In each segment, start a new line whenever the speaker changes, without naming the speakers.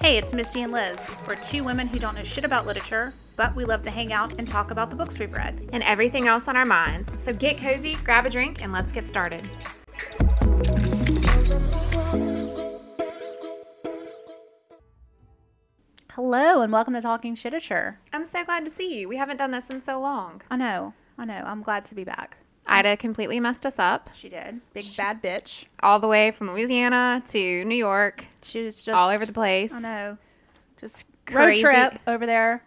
Hey, it's Misty and Liz. We're two women who don't know shit about literature, but we love to hang out and talk about the books we've read.
and everything else on our minds. So get cozy, grab a drink, and let's get started.
Hello, and welcome to Talking Shittiture.
I'm so glad to see you. We haven't done this in so long.
I know, I know. I'm glad to be back.
Ida completely messed us up
She did. Big bad bitch.
all the way from Louisiana to New York,
She was just
all over the place.
I know. Just
Crazy.
road trip over there.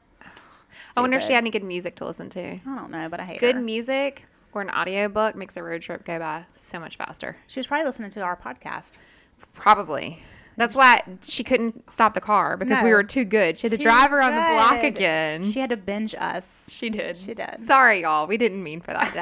I wonder if she
Stupid.
had any good music to listen to.
I don't know, but I hate
Good
her.
music or an audiobook makes a road trip go by so much faster.
She was probably listening to our podcast.
Probably. That's why she couldn't stop the car because we
No.
were too good. She had to
Too
drive around the block
good.
again.
She had to binge us.
She did. Mm-hmm. She
did.
Sorry, y'all. We didn't mean for that to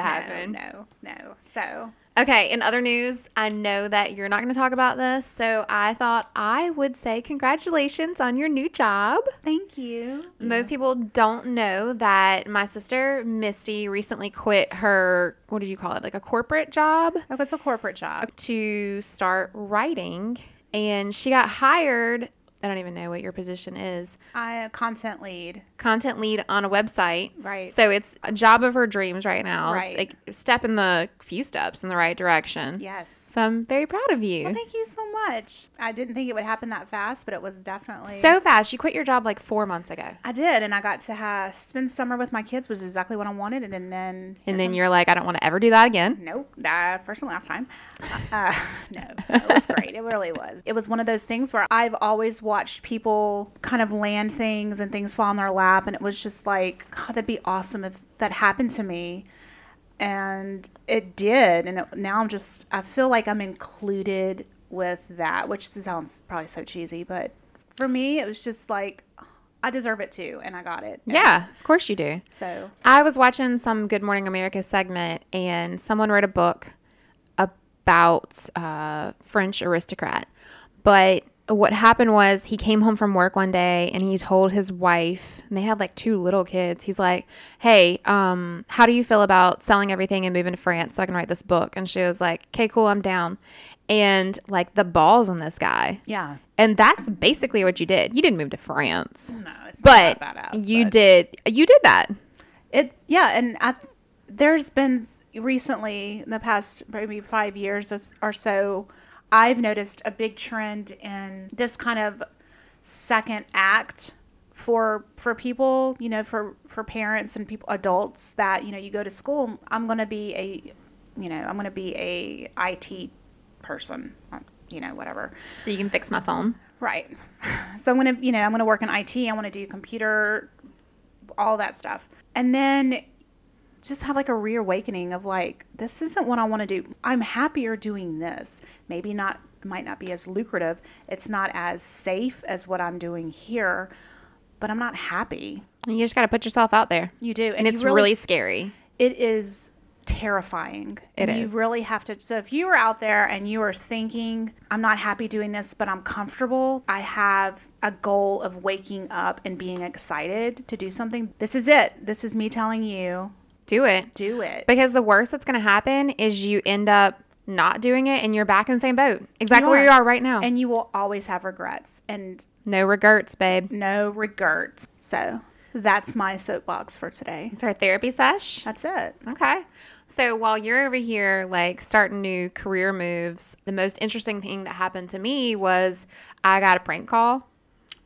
happen.
No, no, no. So
Okay, in other news, I know that you're not going to talk about this, so I thought I would say congratulations on your new job.
thank you.
Most people don't know that my sister Misty recently quit her, what do you call it, like a corporate job
Oh, it's a corporate job.
to start writing, and she got hired. I don't even know what your position is.
I content lead.
Content lead on a website.
Right.
So it's a job of her dreams right now.
Right.
It's like a step in the few steps in the right direction.
Yes.
So I'm very proud of you.
Well, thank you so much. I didn't think it would happen that fast, but it was definitely
so fast. You quit your job like four months ago.
I did, and I got to ha spend summer with my kids, which is exactly what I wanted. And, and then,
And then you're like, I don't want to ever do that again.
nope, uh, first and last time. Uh, no, it was great. It really was. It was one of those things where I've always watched people kind of land things and things fall in their lap, and it was just like, God, that'd be awesome if that happened to me. And it did, and it, now I'm just, I feel like I'm included with that, which sounds probably so cheesy, but for me, it was just like, I deserve it too, and I got it. And
Yeah, of course you do.
So
I was watching some Good Morning America segment, and someone wrote a book about uh, French aristocrat. But what happened was he came home from work one day and he told his wife, and they had like two little kids. He's like, "Hey, um, how do you feel about selling everything and moving to France so I can write this book?" And she was like, "Okay, cool, I'm down." And like the balls on this guy.
yeah,
And that's basically what you did. You didn't move to France,
no, it's
but
not that badass,
you
but-
did. You did that.
It's yeah, and I, there's been s- recently in the past maybe five years or s- or so, I've noticed a big trend in this kind of second act for for people, you know, for for parents and people adults that you know you go to school. I'm gonna be a, you know, I'm gonna be a IT person, uh, you know, whatever.
So you can fix my phone.
Right. So I'm gonna, you know, I'm gonna work in IT. I want to do computer, all that stuff, and then just have like a reawakening of like, this isn't what I want to do. I'm happier doing this. Maybe not, might not be as lucrative. It's not as safe as what I'm doing here, but I'm not happy.
You just got to put yourself out there.
You do,
And
you
it's really, scary.
it is terrifying.
It
and You
is.
really have to. So if you are out there and you are thinking, I'm not happy doing this, but I'm comfortable, I have a goal of waking up and being excited to do something, this is it. This is me telling you,
Do it.
do it.
Because the worst that's going to happen is you end up not doing it and you're back in the same boat. Exactly
You
where you
are.
are right now.
and you will always have regrets and
no regrets, babe.
no regrets. So that's my soapbox for today.
It's our therapy sesh.
That's it.
Okay. So while you're over here, like starting new career moves, the most interesting thing that happened to me was I got a prank call.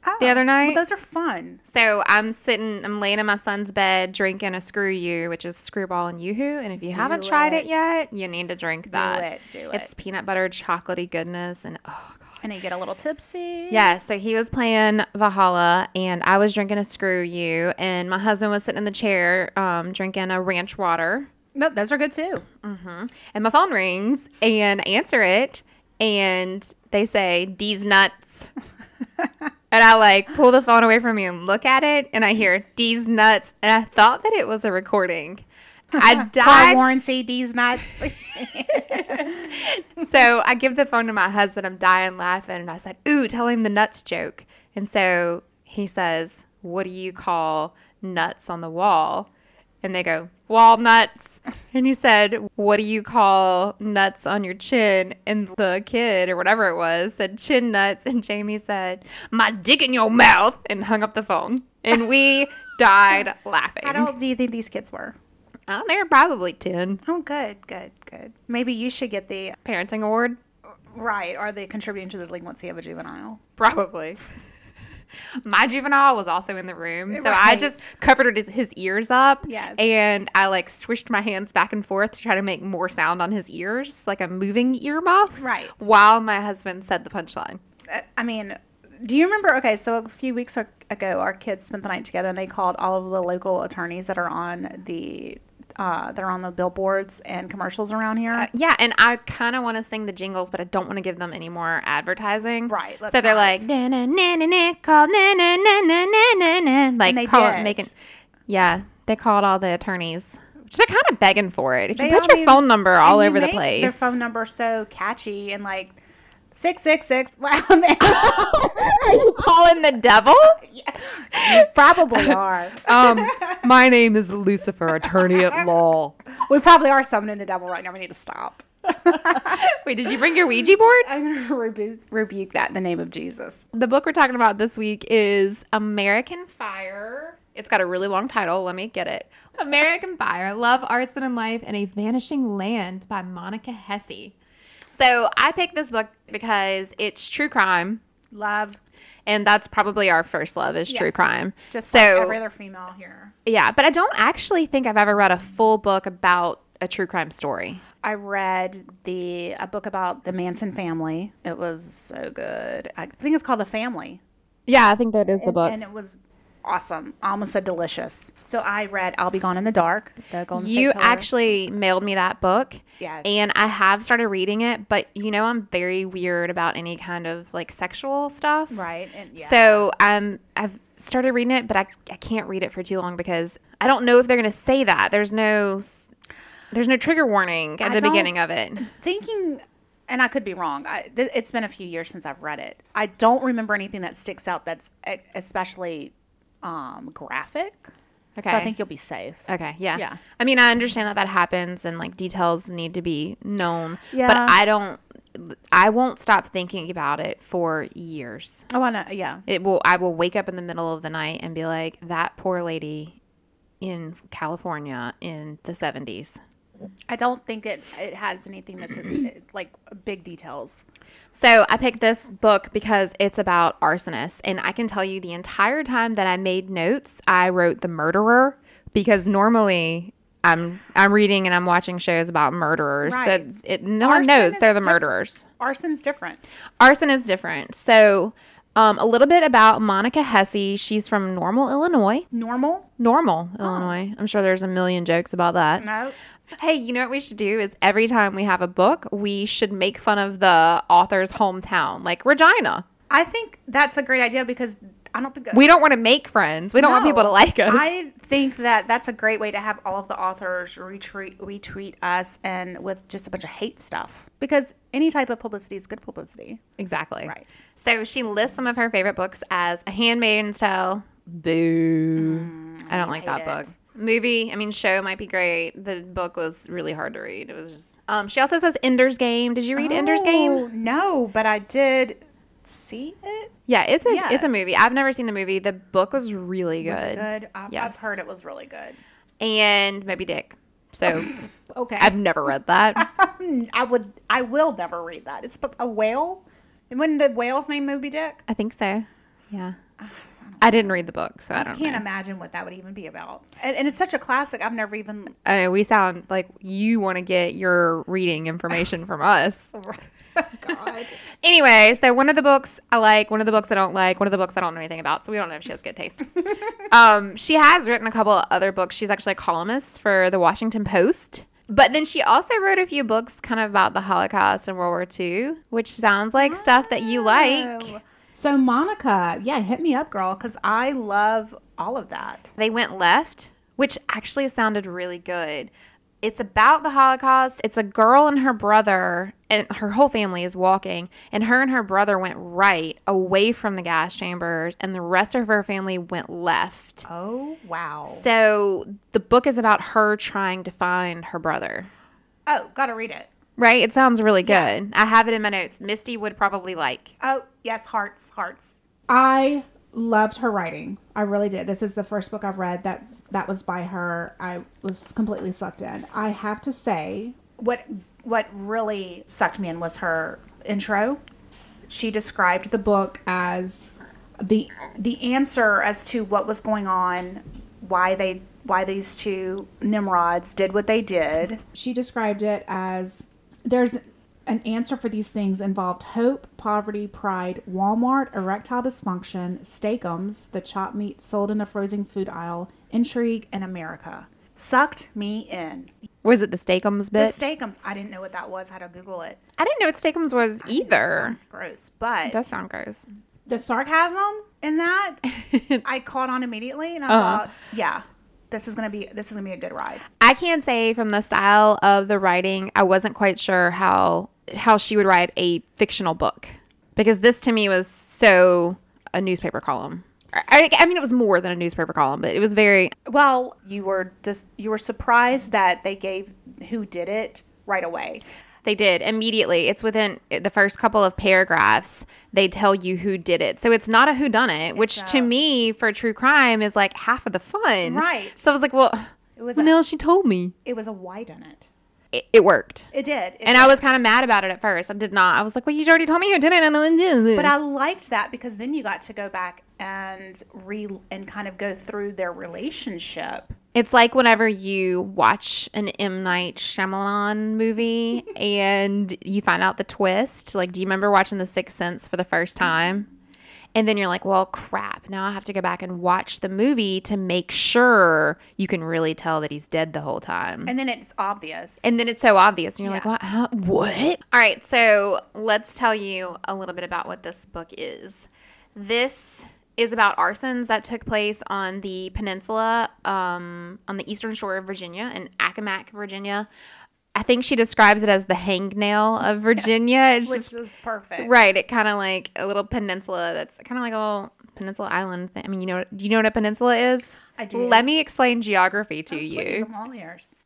Oh,
other night-
well, those are fun.
So I'm sitting, I'm laying in my son's bed drinking a screw you, which is screwball and yoo-hoo. And if you haven't tried
it.
it yet, you need to drink that.
it, do
It's peanut butter, chocolatey goodness, and oh god.
And you get a little tipsy.
Yeah, so he was playing Valhalla, and I was drinking a Screw You, and my husband was sitting in the chair um, drinking a ranch water,
No, those are good too.
and my phone rings, and I answer it, and they say D's nuts, and I like pull the phone away from me and look at it, and I hear D's nuts, and I thought that it was a recording. I
Car
died
warranty, these nuts.
So I give the phone to my husband. I'm dying laughing. And I said, Ooh, tell him the nuts joke. And so he says, What do you call nuts on the wall? And they go, walnuts. And he said, What do you call nuts on your chin? And the kid, or whatever it was, said, Chin nuts. And Jamie said, My dick in your mouth. And hung up the phone. And we died laughing.
How old do you think these kids were?
Oh, they were probably 10.
Oh, good, good, good. Maybe you should get the
Parenting award?
right. Are they contributing to the delinquency of a juvenile?
Probably. My juvenile was also in the room, so I
Right.
just covered his, his ears up,
Yes.
and I like swished my hands back and forth to try to make more sound on his ears, like a moving earmuff,
Right.
While my husband said the punchline.
Uh, I mean, do you remember? Okay, so a few weeks ag- ago, our kids spent the night together, and they called all of the local attorneys that are on the uh, that are on the billboards and commercials around here.
Uh, yeah, and I kind of want to sing the jingles, but I don't want to give them any more advertising.
Right,
So
let's
they're
not.
like, na na na na na, call na na na na na na na, like
they
call
did.
making. Yeah, they called all the attorneys. Which they're kind of begging for it. If you
They
put
all
your
need-
phone number
And
all
you
over the
make Their
place,
phone number so catchy and like six six six. Wow, man.
you calling the devil?
you probably are.
Um, my name is Lucifer, attorney at law.
We probably are summoning the devil right now. We need to stop.
Wait, did you bring your Ouija board?
I'm going to rebuke, rebuke that in the name of Jesus.
The book we're talking about this week is American Fire. It's got a really long title. Let me get it. American Fire Love, Arson, and Life in a Vanishing Land by Monica Hesse. So I picked this book because it's true crime,
Love.
and that's probably our first love is true
Yes.
crime.
Just
so
like every other female here.
yeah, but I don't actually think I've ever read a full book about a true crime story.
I read the a book about the Manson family. It was so good. I think it's called The Family.
Yeah, I think that is the book.
And it was awesome. Almost so delicious. So I read I'll Be Gone in the Dark, the Golden State
You
Killer.
actually mailed me that book.
Yes.
And I have started reading it, but you know I'm very weird about any kind of like sexual stuff.
Right. And yeah.
So um I've started reading it, but I, I can't read it for too long because I don't know if they're gonna say that. There's no s- there's no trigger warning at
I
the
don't-
beginning of it.
thinking and i could be wrong I, th- it's been a few years since i've read it i don't remember anything that sticks out that's e- especially um, graphic so
Okay.
i think you'll be safe
Okay, yeah.
Yeah.
I mean, I understand that that happens and like details need to be known, but
Yeah.
I don't I won't stop thinking about it for years.
oh i know yeah
It will. I will wake up in the middle of the night and be like, "That poor lady in California in the '70s."
i don't think it, it has anything that's in- like big details
So I picked this book because it's about arsonists, and I can tell you the entire time that I made notes, I wrote the murderer because normally. I'm I'm reading and I'm watching shows about murderers.
Right.
So it, no one
Arson
knows they're
is
the
diff-
murderers.
arson's different
Arson is different. So um, a little bit about Monica Hesse. She's from Normal, Illinois.
normal
Normal,
Oh.
Illinois. I'm sure there's a million jokes about that.
no
Hey, you know what we should do is every time we have a book, we should make fun of the author's hometown, like Regina.
i think that's a great idea because i don't think
We don't want to make friends. We don't want
No.
people to like us.
I think that that's a great way to have all of the authors retweet retweet us and with just a bunch of hate stuff because any type of publicity is good publicity.
exactly.
Right.
So she lists some of her favorite books as A Handmaiden's Tale. Boo. Mm, I don't like that
hate
book.
it.
Movie, I mean, show might be great. The book was really hard to read. It was just. Um, she also says Ender's Game. Did you read Ender's Game?
Oh, No, but I did see it.
Yeah, it's a it's a
Yes.
movie. I've never seen the movie. The book was really good,
Was it good? I,
Yes.
I've heard it was really good.
and Moby Dick. So
Okay,
I've never read that.
I would I will never read that. It's a whale. And when the whale's name Moby Dick,
I think so. Yeah, Ah, I didn't read the book, so I
I
don't
can't
know.
imagine what that would even be about. And, and it's such a classic. I've never even.
I know we sound like you want to get your reading information from us.
God.
Anyway, so one of the books I like, one of the books I don't like, one of the books I don't know anything about. So we don't know if she has good taste. um, she has written a couple other books. She's actually a columnist for the Washington Post. But then she also wrote a few books kind of about the Holocaust and World War II, which sounds like stuff that you like.
Oh. So Monica, yeah, hit me up, girl, because I love all of that.
They went left, which actually sounded really good. it's about the Holocaust. It's a girl and her brother, and her whole family is walking, and her and her brother went right away from the gas chambers, and the rest of her family went left.
Oh wow.
So the book is about her trying to find her brother.
Oh, gotta read it.
Right? It sounds really good. I have it in my notes. Misty would probably like.
Oh yes, hearts, hearts. I loved her writing. I really did. This is the first book I've read that's that was by her. I was completely sucked in. I have to say, what what really sucked me in was her intro. She described the book as the the answer as to what was going on, why they why these two Nimrods did what they did. She described it as there's an answer for these things involved hope, poverty, pride, Walmart, erectile dysfunction, steakums, the chopped meat sold in the frozen food aisle, intrigue, and America. Sucked me in.
Was it the Steakums
The
bit?
steakums, I didn't know what that was. I had to Google it.
I didn't know what Steakums was either.
Sounds gross, but
Does sound gross.
the sarcasm in that, I caught on immediately, and I
Uh-huh.
thought, yeah, this is gonna be this is gonna be a good ride.
I can say from the style of the writing, I wasn't quite sure how how she would write a fictional book because this to me was so a newspaper column. I, I mean, it was more than a newspaper column, but it was very
Well, you were just you were surprised that they gave who did it right away.
They did immediately. It's within the first couple of paragraphs. They tell you who did it, so it's not a who done it, which to me for true crime is like half of the fun.
Right.
So I was like, well, it
was
was
a-
no, she told me
It was a why done it?
it, it worked,
It did. It
and I was kind of mad about it at first. I did not. I was like, well, you already told me who did it, and I did it.
But I liked that because then you got to go back and re and kind of go through their relationship.
It's like whenever you watch an M Night Shyamalan movie and you find out the twist. Like, do you remember watching The Sixth Sense for the first time? And then you're like, well, crap. Now I have to go back and watch the movie to make sure you can really tell that he's dead the whole time.
And then it's obvious.
And then it's so obvious, and you're like,
Yeah.
what? Huh? What? All right, so let's tell you a little bit about what this book is. This is about arsons that took place on the peninsula, um, on the eastern shore of Virginia, in Accomack, Virginia. I think she describes it as the hangnail of Virginia. It's
which
just,
is perfect.
right, it kind of like a little peninsula that's kind of like a little peninsula island thing. I mean, you know, do you know what a peninsula is?
I do.
Let me explain geography to you
Please, I'm all ears.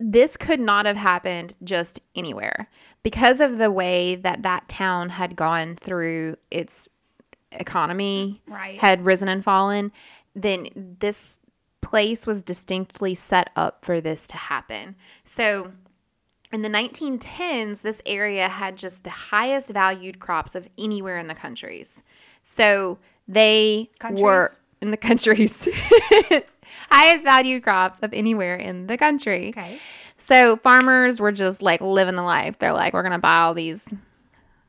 this could not have happened just anywhere because of the way that that town had gone through its economy
Right.
had risen and fallen then this place was distinctly set up for this to happen so in the 1910s this area had just the highest valued crops of anywhere in the countries so they were
Countries?
in the countries highest valued crops of anywhere in the country
Okay.
so farmers were just like living the life. They're like, we're gonna buy all these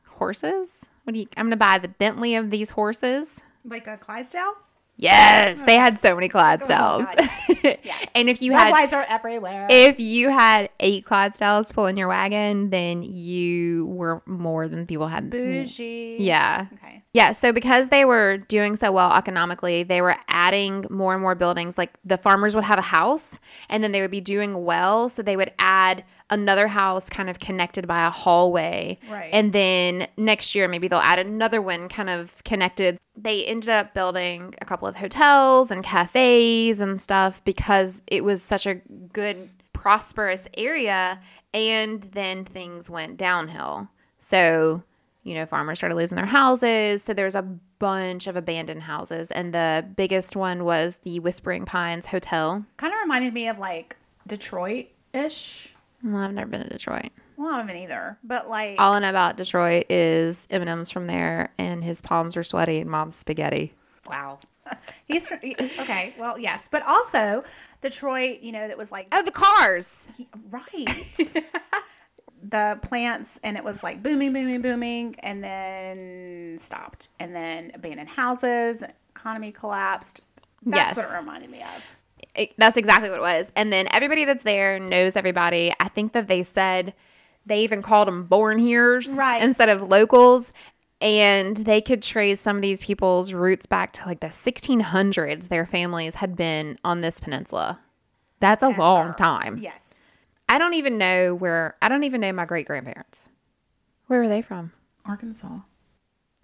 horses. What do you? I'm gonna buy the Bentley of these horses.
Like a Clydesdale?
Yes, they had so many
Oh
Clydesdales.
my God,
and if you
Red
had
lights are everywhere.
if you had eight Clydesdales pulling your wagon, then you were more than people had.
Bougie.
Mm. Yeah.
Okay.
Yeah, so because they were doing so well economically, they were adding more and more buildings. Like the farmers would have a house and then they would be doing well. So they would add another house kind of connected by a hallway.
Right.
And then next year, maybe they'll add another one kind of connected. They ended up building a couple of hotels and cafes and stuff because it was such a good, prosperous area. And then things went downhill. So you know, farmers started losing their houses. So there's a bunch of abandoned houses. And the biggest one was the Whispering Pines Hotel.
Kind of reminded me of like Detroit ish.
Well, I've never been to Detroit.
Well, I haven't either. But like
All I know about Detroit is Eminem's from there, and his palms are sweaty and mom's spaghetti.
wow. He's from, okay. Well, yes, but also Detroit. You know that was like
Oh, the cars.
Right. the plants, and it was like booming, booming, booming, and then stopped. And then abandoned houses, economy collapsed. That's
Yes.
what it reminded me of.
It- that's exactly what it was. And then everybody that's there knows everybody. I think that they said they even called them born here's
Right.
instead of locals. And they could trace some of these people's roots back to like the 1600s. Their families had been on this peninsula. That's a long time.
Yes.
I don't even know where, I don't even know my great grandparents. Where were they from?
Arkansas.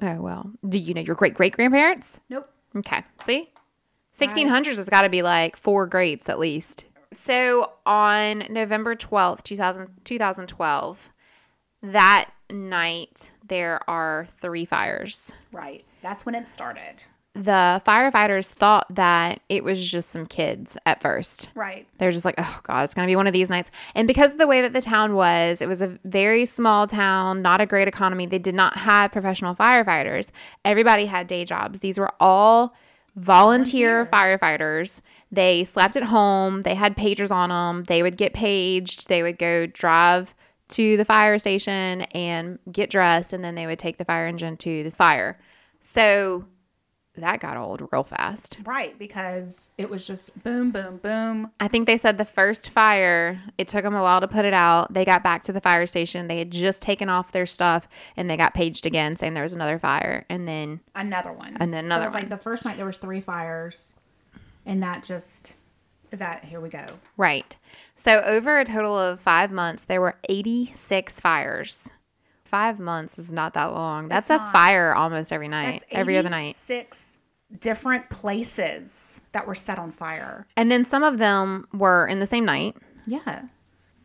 Oh, well. Do you know your great great grandparents?
Nope.
Okay. See? 1600s has got to be like four grades at least. So on November 12th, 2000, 2012, that night, there are three fires.
Right. That's when it started.
The firefighters thought that it was just some kids at first.
Right.
They're just like, oh God, it's going to be one of these nights. And because of the way that the town was, it was a very small town, not a great economy. They did not have professional firefighters. Everybody had day jobs. These were all volunteer, firefighters. They slept at home. They had pagers on them. They would get paged. They would go drive to the fire station and get dressed. And then they would take the fire engine to the fire. So that got old real fast.
Right. Because it was just boom, boom, boom.
I think they said the first fire, it took them a while to put it out. They got back to the fire station. They had just taken off their stuff and they got paged again saying there was another fire. And then,
Another one.
And then
So
another
it was
one.
like the first night there was three fires, and that just that here we go.
right. So, over a total of five months, there were 86 fires. Five months is not that long. That's a fire almost every night, every other night.
Six different places that were set on fire.
And then some of them were in the same night.
Yeah.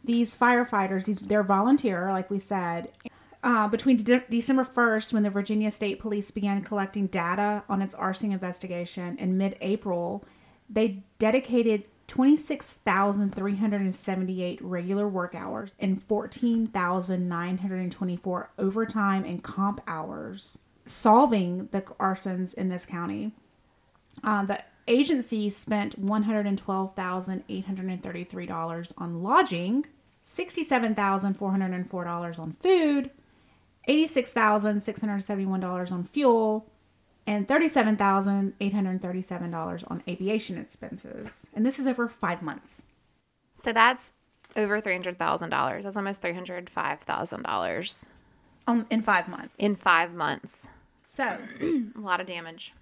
these firefighters, these, they're volunteer, like we said. Uh, between de- December 1st, when the Virginia State Police began collecting data on its arson investigation, in mid April, they dedicated 26,378 regular work hours and 14,924 overtime and comp hours solving the arsons in this county. Uh, the agency spent one hundred and twelve thousand eight hundred and thirty-three dollars on lodging, sixty-seven thousand four hundred and four dollars on food, eighty-six thousand six hundred seventy-one dollars on fuel, and thirty-seven thousand eight hundred thirty-seven dollars on aviation expenses. And this is over five months.
So, that's over $300,000. That's almost $305,000
Um, in five months.
in five months.
so
a lot of damage.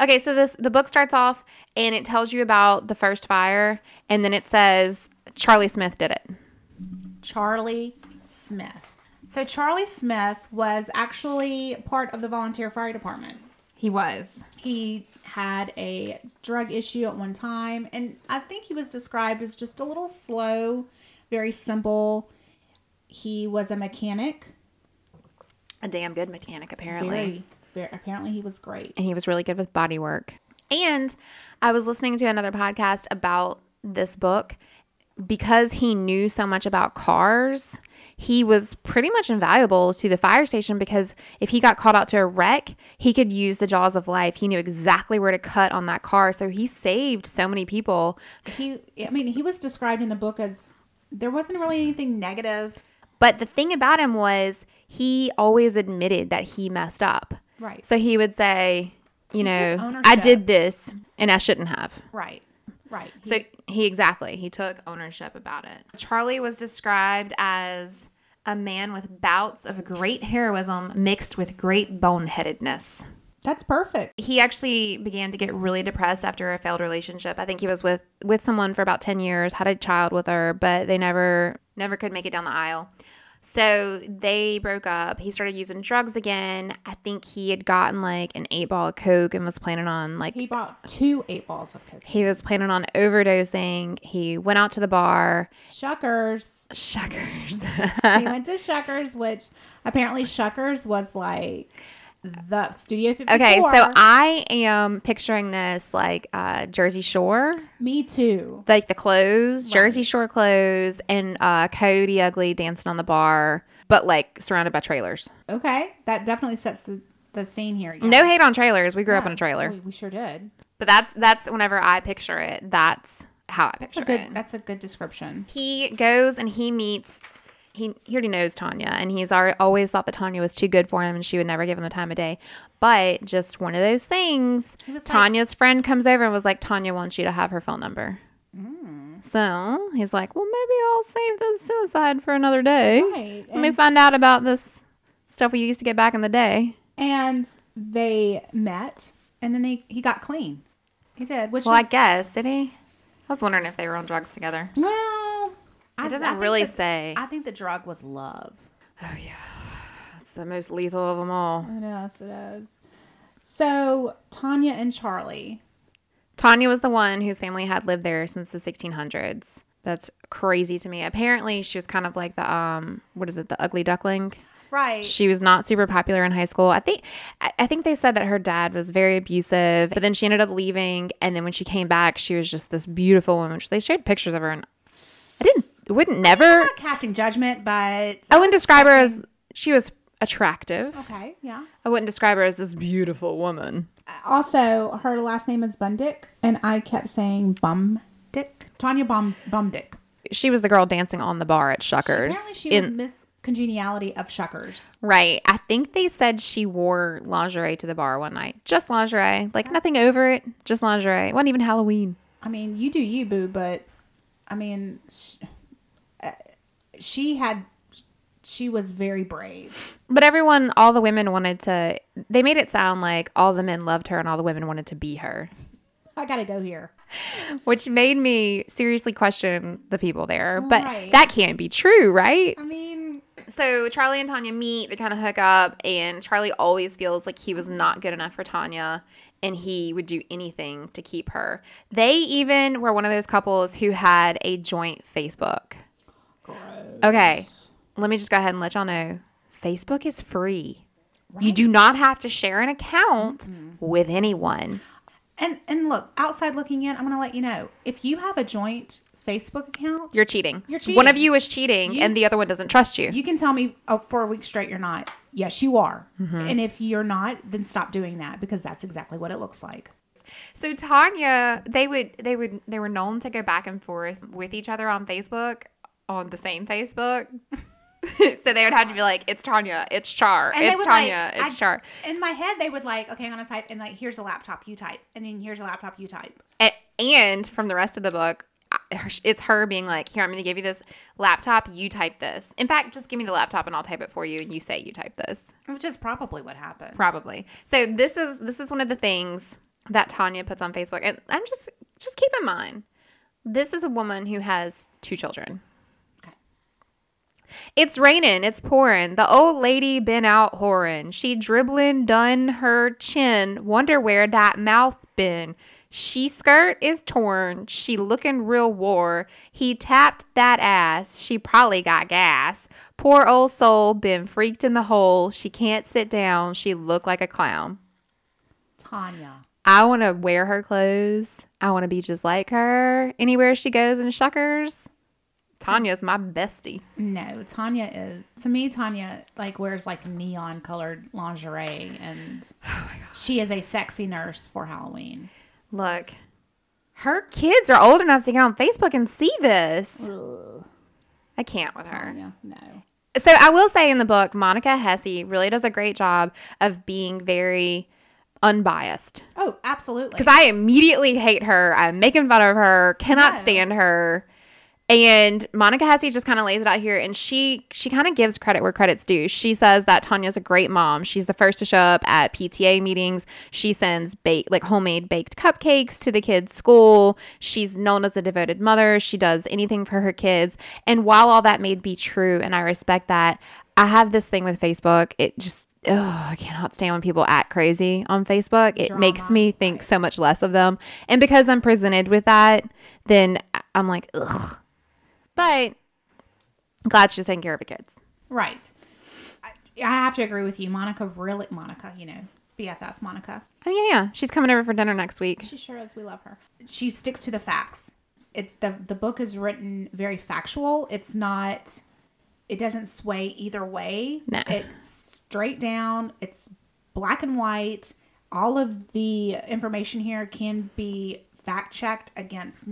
Okay, so this the book starts off and it tells you about the first fire, and then it says Charlie Smith did it.
Charlie Smith. So Charlie Smith was actually part of the volunteer fire department.
He was.
He had a drug issue at one time, and I think he was described as just a little slow, very simple. He was a mechanic.
A damn good mechanic, apparently.
Very, very apparently he was great.
And he was really good with body work. And I was listening to another podcast about this book because he knew so much about cars. He was pretty much invaluable to the fire station because if he got called out to a wreck, he could use the jaws of life. He knew exactly where to cut on that car. So he saved so many people
He, I mean, he was described in the book as there wasn't really anything negative.
But the thing about him was he always admitted that he messed up.
Right.
So he would say, you
took
know, I
ownership.
did this and I shouldn't have.
Right. Right.
So he exactly, he took ownership about it. Charlie was described as a man with bouts of great heroism mixed with great boneheadedness
That's perfect.
he actually began to get really depressed after a failed relationship. I think he was with with someone for about 10 years, had a child with her, but they never never could make it down the aisle. So they broke up. He started using drugs again. I think he had gotten like an 8 ball of coke and was planning on like
He bought two eight balls of cocaine.
he was planning on overdosing. He went out to the bar.
Shuckers.
Shuckers.
He went to Shuckers, which apparently Shuckers was like the Studio 54.
okay, so I am picturing this like uh, Jersey Shore.
Me too.
like the clothes, Jersey Shore clothes, and uh, Cody Ugly dancing on the bar, but like surrounded by trailers.
Okay, that definitely sets the, the scene here. Yeah.
No hate on trailers. We grew up in a trailer,
We, we sure did.
but that's that's whenever I picture it. That's how I
That's
picture
a good.
it.
That's a good description.
He goes and he meets. He, he already knows Tanya, and he's al- always thought that Tanya was too good for him, and she would never give him the time of day. But just one of those things.
was like-
Tanya's friend comes over and was like, "Tanya wants you to have her phone number." So he's like, "Well, maybe I'll save this suicide for another day."
Right.
Let me find out about this stuff we used to get back in the day.
And they met.
and then he, he got clean. He did, which
Well, I
is
guess, did he? I was wondering if they were on drugs together.
Well,
It doesn't really say.
I think the drug was love.
It's the most lethal of them all.
Yes, it is. So Tanya and Charlie.
Tanya was the one whose family had lived there since the 1600s. That's crazy to me. Apparently, she was kind of like the um, what is it, the ugly duckling?
Right.
She was not super popular in high school. I think, I I think they said that her dad was very abusive, but then she ended up leaving, and then when she came back, she was just this beautiful woman. Which they shared pictures of her, and I didn't, wouldn't never.
not casting judgment, but
I wouldn't describe her as she was attractive.
Okay, yeah.
I wouldn't describe her as this beautiful woman.
Also, her last name is Bundick, and I kept saying Bum Dick. Tanya Bum Bumdick.
She was the girl dancing on the bar at Shuckers.
apparently she
in-
was Miss.
Congeniality of Shuckers.
Right. I think they said she wore lingerie to the bar one night. Just lingerie. Like nothing over it. Just lingerie. It wasn't even Halloween.
I mean, you do you, boo, but I mean, sh- uh, she had, she was very brave.
But everyone, all the women wanted to, they made it sound like all the men loved her and all the women wanted to be her,
I gotta go here.
which made me seriously question the people there. But
Right.
that can't be true, right?
I mean,
So Charlie and Tanya meet, they kind of hook up, and Charlie always feels like he was not good enough for Tanya and he would do anything to keep her. They even were one of those couples who had a joint Facebook. Okay, let me just go ahead and let y'all know Facebook is free. You do not have to share an account with anyone.
and and look, outside looking in, I'm gonna let you know if you have a joint Facebook account,
You're cheating.
You're
One of
cheating.
you is cheating
You-
and the other one doesn't trust you.
you can tell me oh, for a week straight you're not. Yes, you are. And if you're not, then stop doing that because that's exactly what it looks like.
So Tanya, they would they would they were known to go back and forth with each other on Facebook, on the same Facebook. so they would have to be like, "It's Tanya, it's Char,
And
it's Tanya,
like,
it's
I-
Char."
In my head, they would like, okay, I'm gonna type, and like, here's a laptop, you type, and then here's a laptop, you type.
A- And from the rest of the book, I- it's her being like, "Here, I'm going to give you this laptop. You type this. In fact, just give me the laptop and I'll type it for you, and you say you type this."
Which is probably what happened.
probably so this is this is one of the things that tanya puts on facebook and i'm just just keep in mind this is a woman who has two children
Okay.
it's raining it's pouring the old lady been out whoring she dribbling done her chin wonder where that mouth been she skirt is torn she looking real war he tapped that ass she probably got gas poor old soul been freaked in the hole she can't sit down she look like a clown
Tanya.
I want to wear her clothes. I want to be just like her anywhere she goes in shuckers. Tanya's my bestie.
No, Tanya is to me. Tanya like wears like neon colored lingerie, and she is a sexy nurse for Halloween.
Look, her kids are old enough to get on Facebook and see this. I can't with her.
Tanya, no.
So I will say in the book, Monica Hesse really does a great job of being very unbiased.
Oh, absolutely.
because I immediately hate her. I'm making fun of her. Cannot stand her. And Monica Hesse just kind of lays it out here, and she she kind of gives credit where credit's due. She says that Tanya's a great mom. She's the first to show up at PTA meetings. She sends bake like homemade baked cupcakes to the kids' school. She's known as a devoted mother. She does anything for her kids. And while all that may be true, and I respect that, I have this thing with Facebook. It just ugh, I cannot stand when people act crazy on Facebook. It makes me think so much less of them. And because I'm presented with that, then I- I'm like, ugh. But glad she's taking care of her kids.
right. I, I have to agree with you, Monica. Really, Monica. You know, BFF, Monica.
Oh yeah, yeah. She's coming over for dinner next week.
She sure is. We love her. She sticks to the facts. It's the the book is written very factual. It's not. It doesn't sway either way.
No.
It's straight down. It's black and white. All of the information here can be fact checked against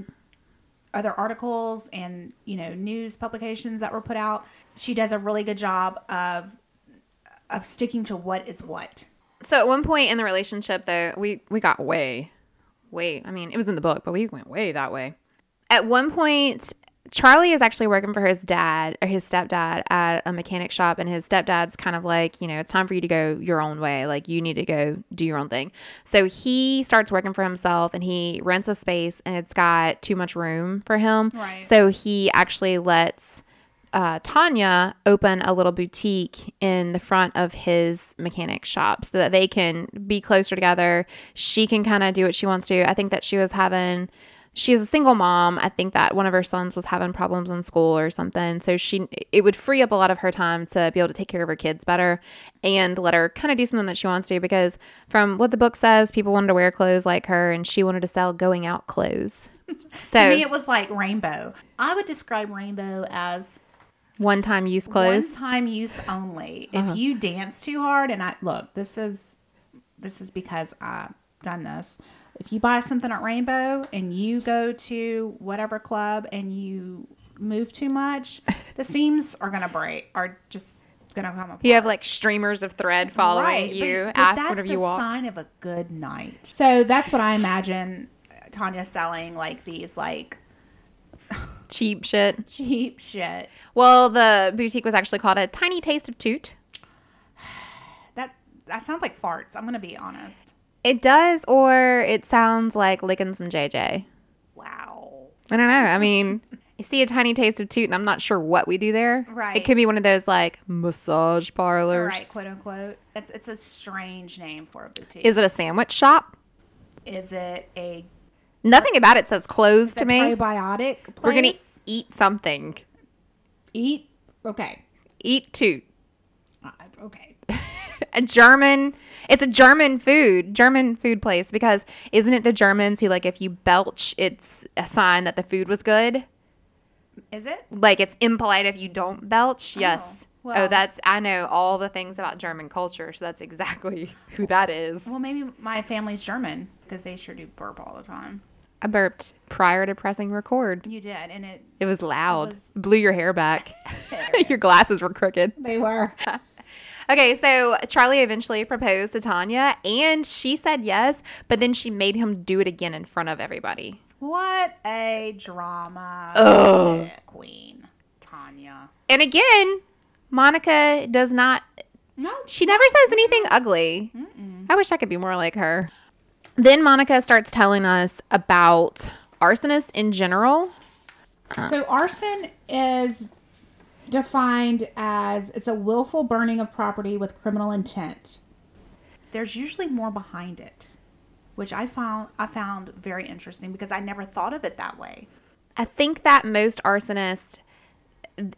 other articles and you know news publications that were put out. She does a really good job of of sticking to what is what.
So at one point in the relationship, though, we we got way, way. I mean, it was in the book, but we went way that way. At one point, Charlie is actually working for his dad or his stepdad at a mechanic shop, and his stepdad's kind of like, you know, it's time for you to go your own way. Like, you need to go do your own thing. So he starts working for himself and he rents a space, and it's got too much room for him.
Right.
So he actually lets uh, Tanya open a little boutique in the front of his mechanic shop so that they can be closer together. She can kind of do what she wants to. I think that she was having, she's a single mom. I think that one of her sons was having problems in school or something. So she, it would free up a lot of her time to be able to take care of her kids better and let her kind of do something that she wants to because from what the book says, people wanted to wear clothes like her and she wanted to sell going out clothes.
To
So
me, it was like rainbow. I would describe rainbow as
one time use clothes.
one-time use only. If you dance too hard, and I look, this is this is because I've done this. If you buy something at Rainbow and you go to whatever club and you move too much, the seams are gonna break. Are just gonna come apart.
You have like streamers of thread following
Right,
you
but- but
after
that's
whatever
the
you walk.
sign of a good night. So that's what I imagine Tanya selling, like these like
Cheap shit.
cheap shit.
Well, the boutique was actually called a tiny taste of toot.
That that sounds like farts. I'm gonna be honest.
It does, or it sounds like licking some JJ.
Wow.
I don't know. I mean, you see a tiny taste of toot, and I'm not sure what we do there.
Right.
It could be one of those like massage
All
parlors.
right, quote unquote. It's it's a strange name for a boutique.
Is
Is,
it a sandwich shop?
it a
Nothing about it says clothes to
The
me.
probiotic place.
We're gonna eat something.
eat. Okay.
Eat toot.
Uh, okay.
a German. It's a German food, German food place because isn't it the Germans who like if you belch, it's a sign that the food was good.
is it?
Like it's impolite if you don't belch. Yes.
well.
oh, that's I know all the things about German culture, so that's exactly who that is.
Well, maybe my family's German because they sure do burp all the time.
I burped prior to pressing record.
You did, and it
It was loud.
was-
Blew your hair back. your glasses were crooked.
They were.
Okay, so Charlie eventually proposed to Tanya and she said yes, but then she made him do it again in front of everybody.
what a drama queen Tanya.
And again, Monica does not,
No,
she never says anything ugly. I wish I could be more like her. Then Monica starts telling us about arsonists in general.
So arson is defined as it's a willful burning of property with criminal intent.
there's usually more behind it, which I found I found very interesting because I never thought of it that way.
I think that most arsonists,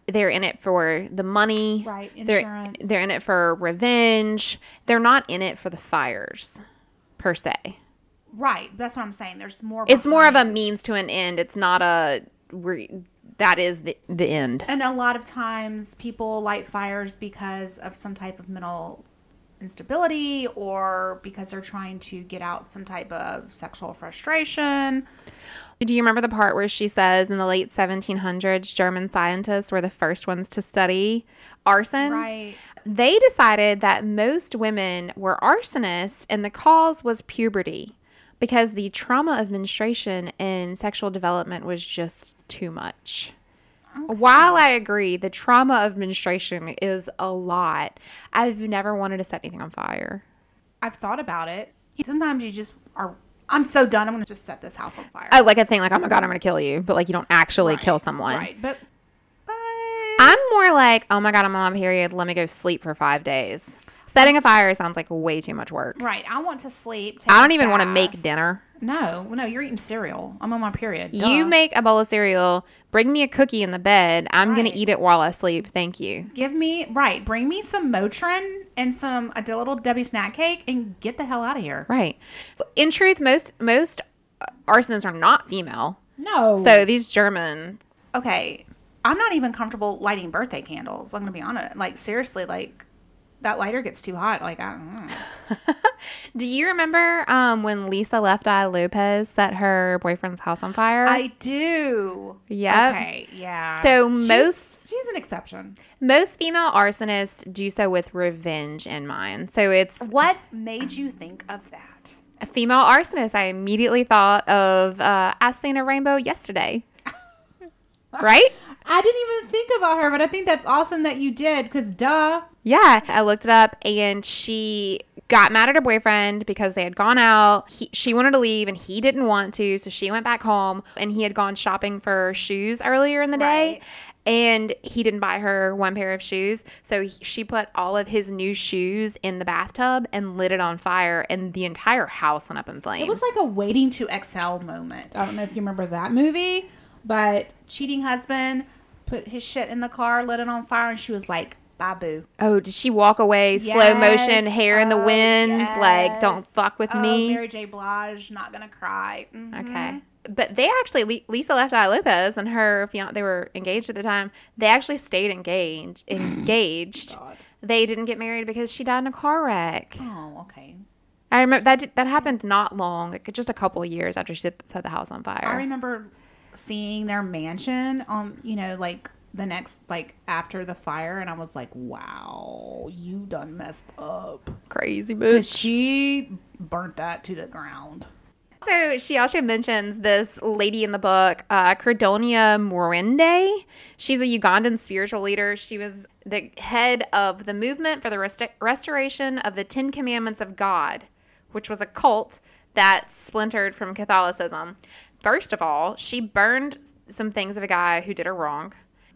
they're in it for the money,
Right,
They're,
insurance.
they're in it for revenge. They're not in it for the fires, per se.
Right, that's what I'm saying. There's more.
It's more of
behind
a means to an end. It's not a we that is the the end.
And a lot of times people light fires because of some type of mental instability or because they're trying to get out some type of sexual frustration.
Do you remember the part where she says in the late 1700s, German scientists were the first ones to study arson?
Right.
They decided that most women were arsonists and the cause was puberty because the trauma of menstruation and sexual development was just too much. While I agree, the trauma of menstruation is a lot, I've never wanted to set anything on fire.
I've thought about it. Sometimes you just are, I'm so done, I'm going to just set this house on fire.
Oh, like a thing like, oh my God, I'm going to kill you, but like you don't actually kill someone.
Right. But, but
I'm more like, oh my god, I'm on my period. Let me go sleep for five days. Setting a fire sounds like way too much work.
right. I want to sleep. take
I don't
a
even want to
bath.
make dinner.
No, no, you're eating cereal. I'm on my period.
You
Duh.
make a bowl of cereal, bring me a cookie in the bed. I'm gonna
Right.
eat it while I sleep. Thank you.
Give me, right. Bring me some Motrin and some, a little Debbie snack cake and get the hell out of here.
Right. So in truth, most most uh, arsonists are not female.
No.
So these German,
okay, I'm not even comfortable lighting birthday candles. I'm gonna be honest. Like seriously, like that lighter gets too hot. Like I mm. don't know.
do you remember um, when Lisa Left Eye Lopez set her boyfriend's house on fire?
I do.
Yep.
Okay. Yeah.
So
She's-
most-
she's an exception.
Most female arsonists do so with revenge in mind. So it's
Oh.
What made you think of that?
a female arsonist. I immediately thought of uh, I seen a rainbow yesterday. right?
I didn't even think about her, but I think that's awesome that you did because duh.
Yeah, I looked it up and she got mad at her boyfriend because they had gone out. He, she wanted to leave and he didn't want to, so she went back home and he had gone shopping for shoes earlier in the day
Right.
and he didn't buy her one pair of shoes. So he, she put all of his new shoes in the bathtub and lit it on fire and the entire house went up in flames.
It was like a waiting to exhale moment. I don't know if you remember that movie, but
Cheating husband put his shit in the car, lit it on fire, and she was like, "Bye, boo."
oh, did she walk away slow motion,
Yes.
hair in the
Oh,
wind, like don't
yes.
fuck with
Oh,
me?
Mary J. Blige, not gonna cry.
Mm.
Mhm.
Okay. Mm-hmm. But they actually, Li- Lisa Left Eye Lopez and her fiance, they were engaged at the time. They actually stayed engaged. Engaged.
God.
they didn't get married because she died in a car wreck.
Oh, okay.
I remember that did, that happened not long, like just a couple of years after she set- set the house on
I
fire.
remember
Seeing their mansion on, you know, like the next, like after the fire, and I was like, wow, you done messed up.
Crazy bitch.
She burnt that to the ground.
So she also mentions this lady in the book, uh, Credonia Morende. She's a Ugandan spiritual leader. She was the head of the movement for the rest- restoration of the Ten Commandments of God, which was a cult that splintered from Catholicism. First of all, she burned some things of a guy who did her wrong.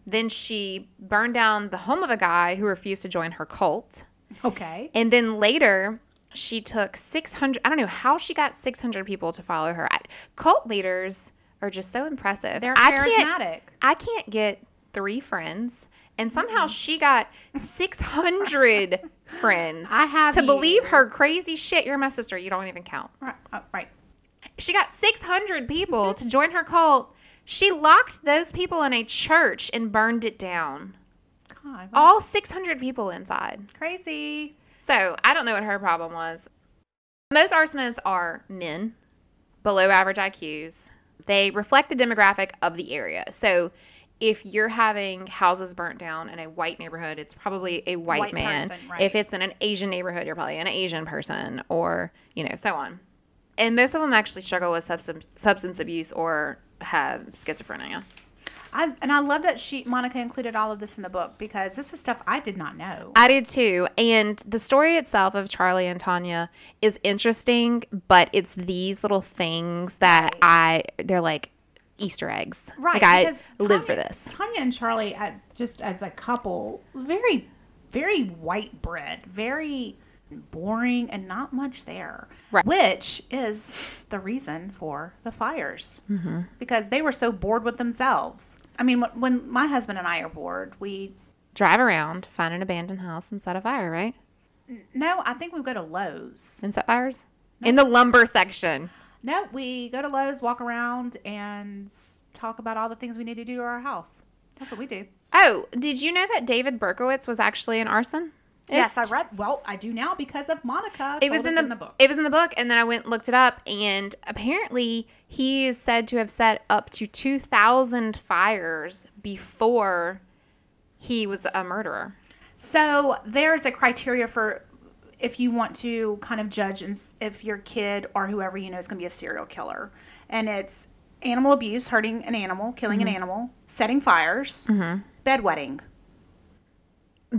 Then she burned down the home of a guy who refused to join her cult.
Okay.
And then later, she took 600. I don't know how she got 600 people to follow her. I, cult leaders are just so impressive.
they're
I Can't,
charismatic.
I can't get three friends. And somehow she got 600 friends.
I have
To
you.
believe her crazy shit. You're my sister. You don't even count.
Right, uh, right.
She got 600 people to join her cult. She locked those people in a church and burned it down.
God, what
Mm.
All 600 people inside.
crazy.
So I don't know what her problem was. Most arsonists are men, below average IQs. They reflect the demographic of the area. So if you're having houses burnt down in a white neighborhood, it's probably a white,
White
man.
person, right.
If it's in an Asian neighborhood, you're probably an Asian person or, you know, so on. And most of them actually struggle with substance, substance abuse or have schizophrenia.
I, and I love that she Monica included all of this in the book because this is stuff I did not know.
I did too. And the story itself of Charlie and Tanya is interesting, but it's these little things that I they're like Easter eggs. Like I
because
live for
Tanya-
this.
Tanya and Charlie, uh, just as a couple, very, very white bread.
Very boring and not much there,
Right.
which is the reason for the fires mm-hmm. because they were so bored with themselves. I mean, when, when my husband and I are bored, we
Drive around, find an abandoned house and set a fire, right?
no, I think we go to Lowe's.
And set fires? In the lumber section.
No, we go to Lowe's, walk around, and talk about all the things we need to do to our house. That's what we do.
Oh, did you know that David Berkowitz was actually an arson?
Yes, I read. Well, I do now because of Monica.
it was
told
in
us
the,
book.
It was in the book, and then I went and looked it up, and apparently he is said to have set up to two thousand fires before he was a murderer.
So there's a criteria for if you want to kind of judge and s- if your kid or whoever you know is going to be a serial killer, and it's animal abuse, hurting an animal, killing an animal, setting fires, bedwetting.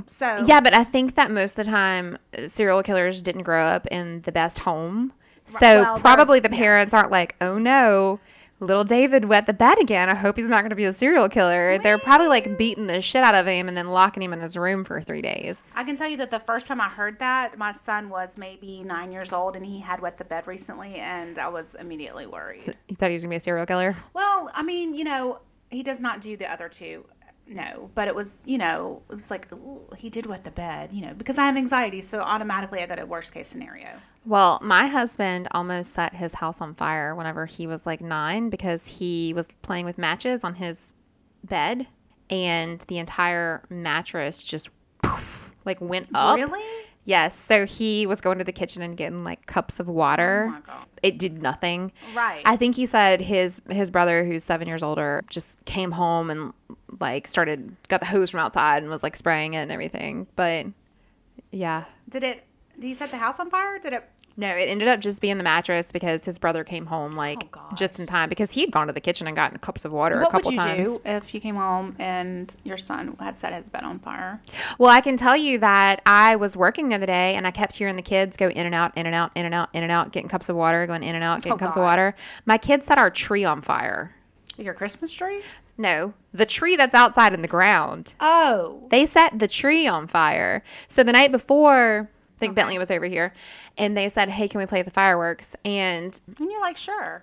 So
Yeah, but I think that most of the time uh, serial killers didn't grow up in the best home, so
well,
probably the
there's-
parents aren't like, "Oh no, little David wet the bed again. I hope he's not going to be a serial killer." They're probably like beating the shit out of him and then locking him in his room for three days.
I can tell you that the first time I heard that, my son was maybe nine years old and he had wet the bed recently, and I was immediately worried.
You thought he was going to be a serial killer?
Well, I mean, you know, he does not do the other two. No, but it was, you know, it was like ooh, he did wet the bed, you know, because I have anxiety, so automatically I go to worst case scenario.
Well, my husband almost set his house on fire whenever he was like nine because he was playing with matches on his bed and the entire mattress just poof, like went up.
Really?
Yes. So he was going to the kitchen and getting like cups of water.
Oh my God.
It did nothing.
Right.
I think he said his his brother, who's seven years older, just came home and like started got the hose from outside and was like spraying it and everything. But yeah,
Did it? Did he set the house on fire? Did it?
No, it ended up just being the mattress because his brother came home like
Oh, gosh.
just in time because he had gone to the kitchen and gotten cups of water a
What
couple
would you
times.
do if you came home and your son had set his bed on fire?
Well, I can tell you that I was working the other day and I kept hearing the kids go in and out, in and out, in and out, in and out, getting cups of water, going in and out, getting
Oh,
cups
God.
of water. My kids set our tree on fire.
Your Christmas tree?
No, the tree that's outside in the ground.
Oh.
They set the tree on fire. So the night before, I think Bentley was over here and they said, Hey, can we play with the fireworks? And
And you're like, sure.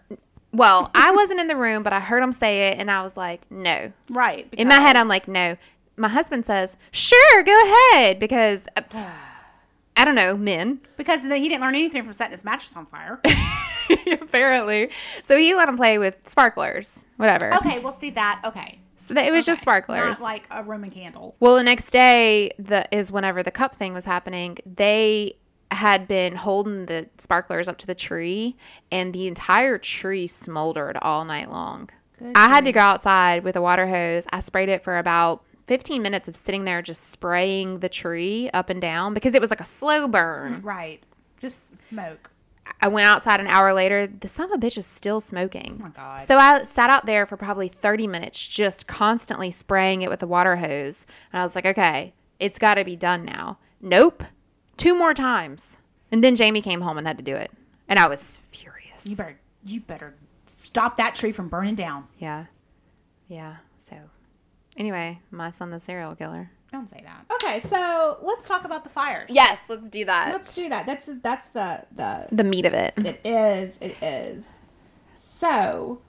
well, I wasn't in the room, but I heard them say it and I was like, No,
Right.
in my head,
because-
I'm like, no. My husband says, sure, go ahead, because uh, pff, I don't know, men
because then he didn't learn anything from setting his mattress on fire.
apparently. So he let him play with sparklers, whatever.
okay, we'll see that. Oh, Okay.
So that- it was just sparklers.
Not like a Roman candle.
well, the next day the is whenever the cup thing was happening. They had been holding the sparklers up to the tree, and the entire tree smoldered all night long. I had to go outside with a water hose. I sprayed it for about 15 minutes of sitting there just spraying the tree up and down because it was like a slow burn.
Right. Just smoke.
I went outside an hour later. The son of a bitch is still smoking. Oh my
God.
So I sat out there for probably 30 minutes, just constantly spraying it with a water hose. And I was like, okay, it's got to be done now. Nope. Two more times. And then Jamie came home and had to do it. And I was furious.
You better you better stop that tree from burning down.
yeah. Yeah. So anyway, my son, the serial killer.
Don't say that.
Okay, so let's talk about the fires.
Yes, let's do that.
Let's do that. That's that's the the
the meat of it.
it is it is. So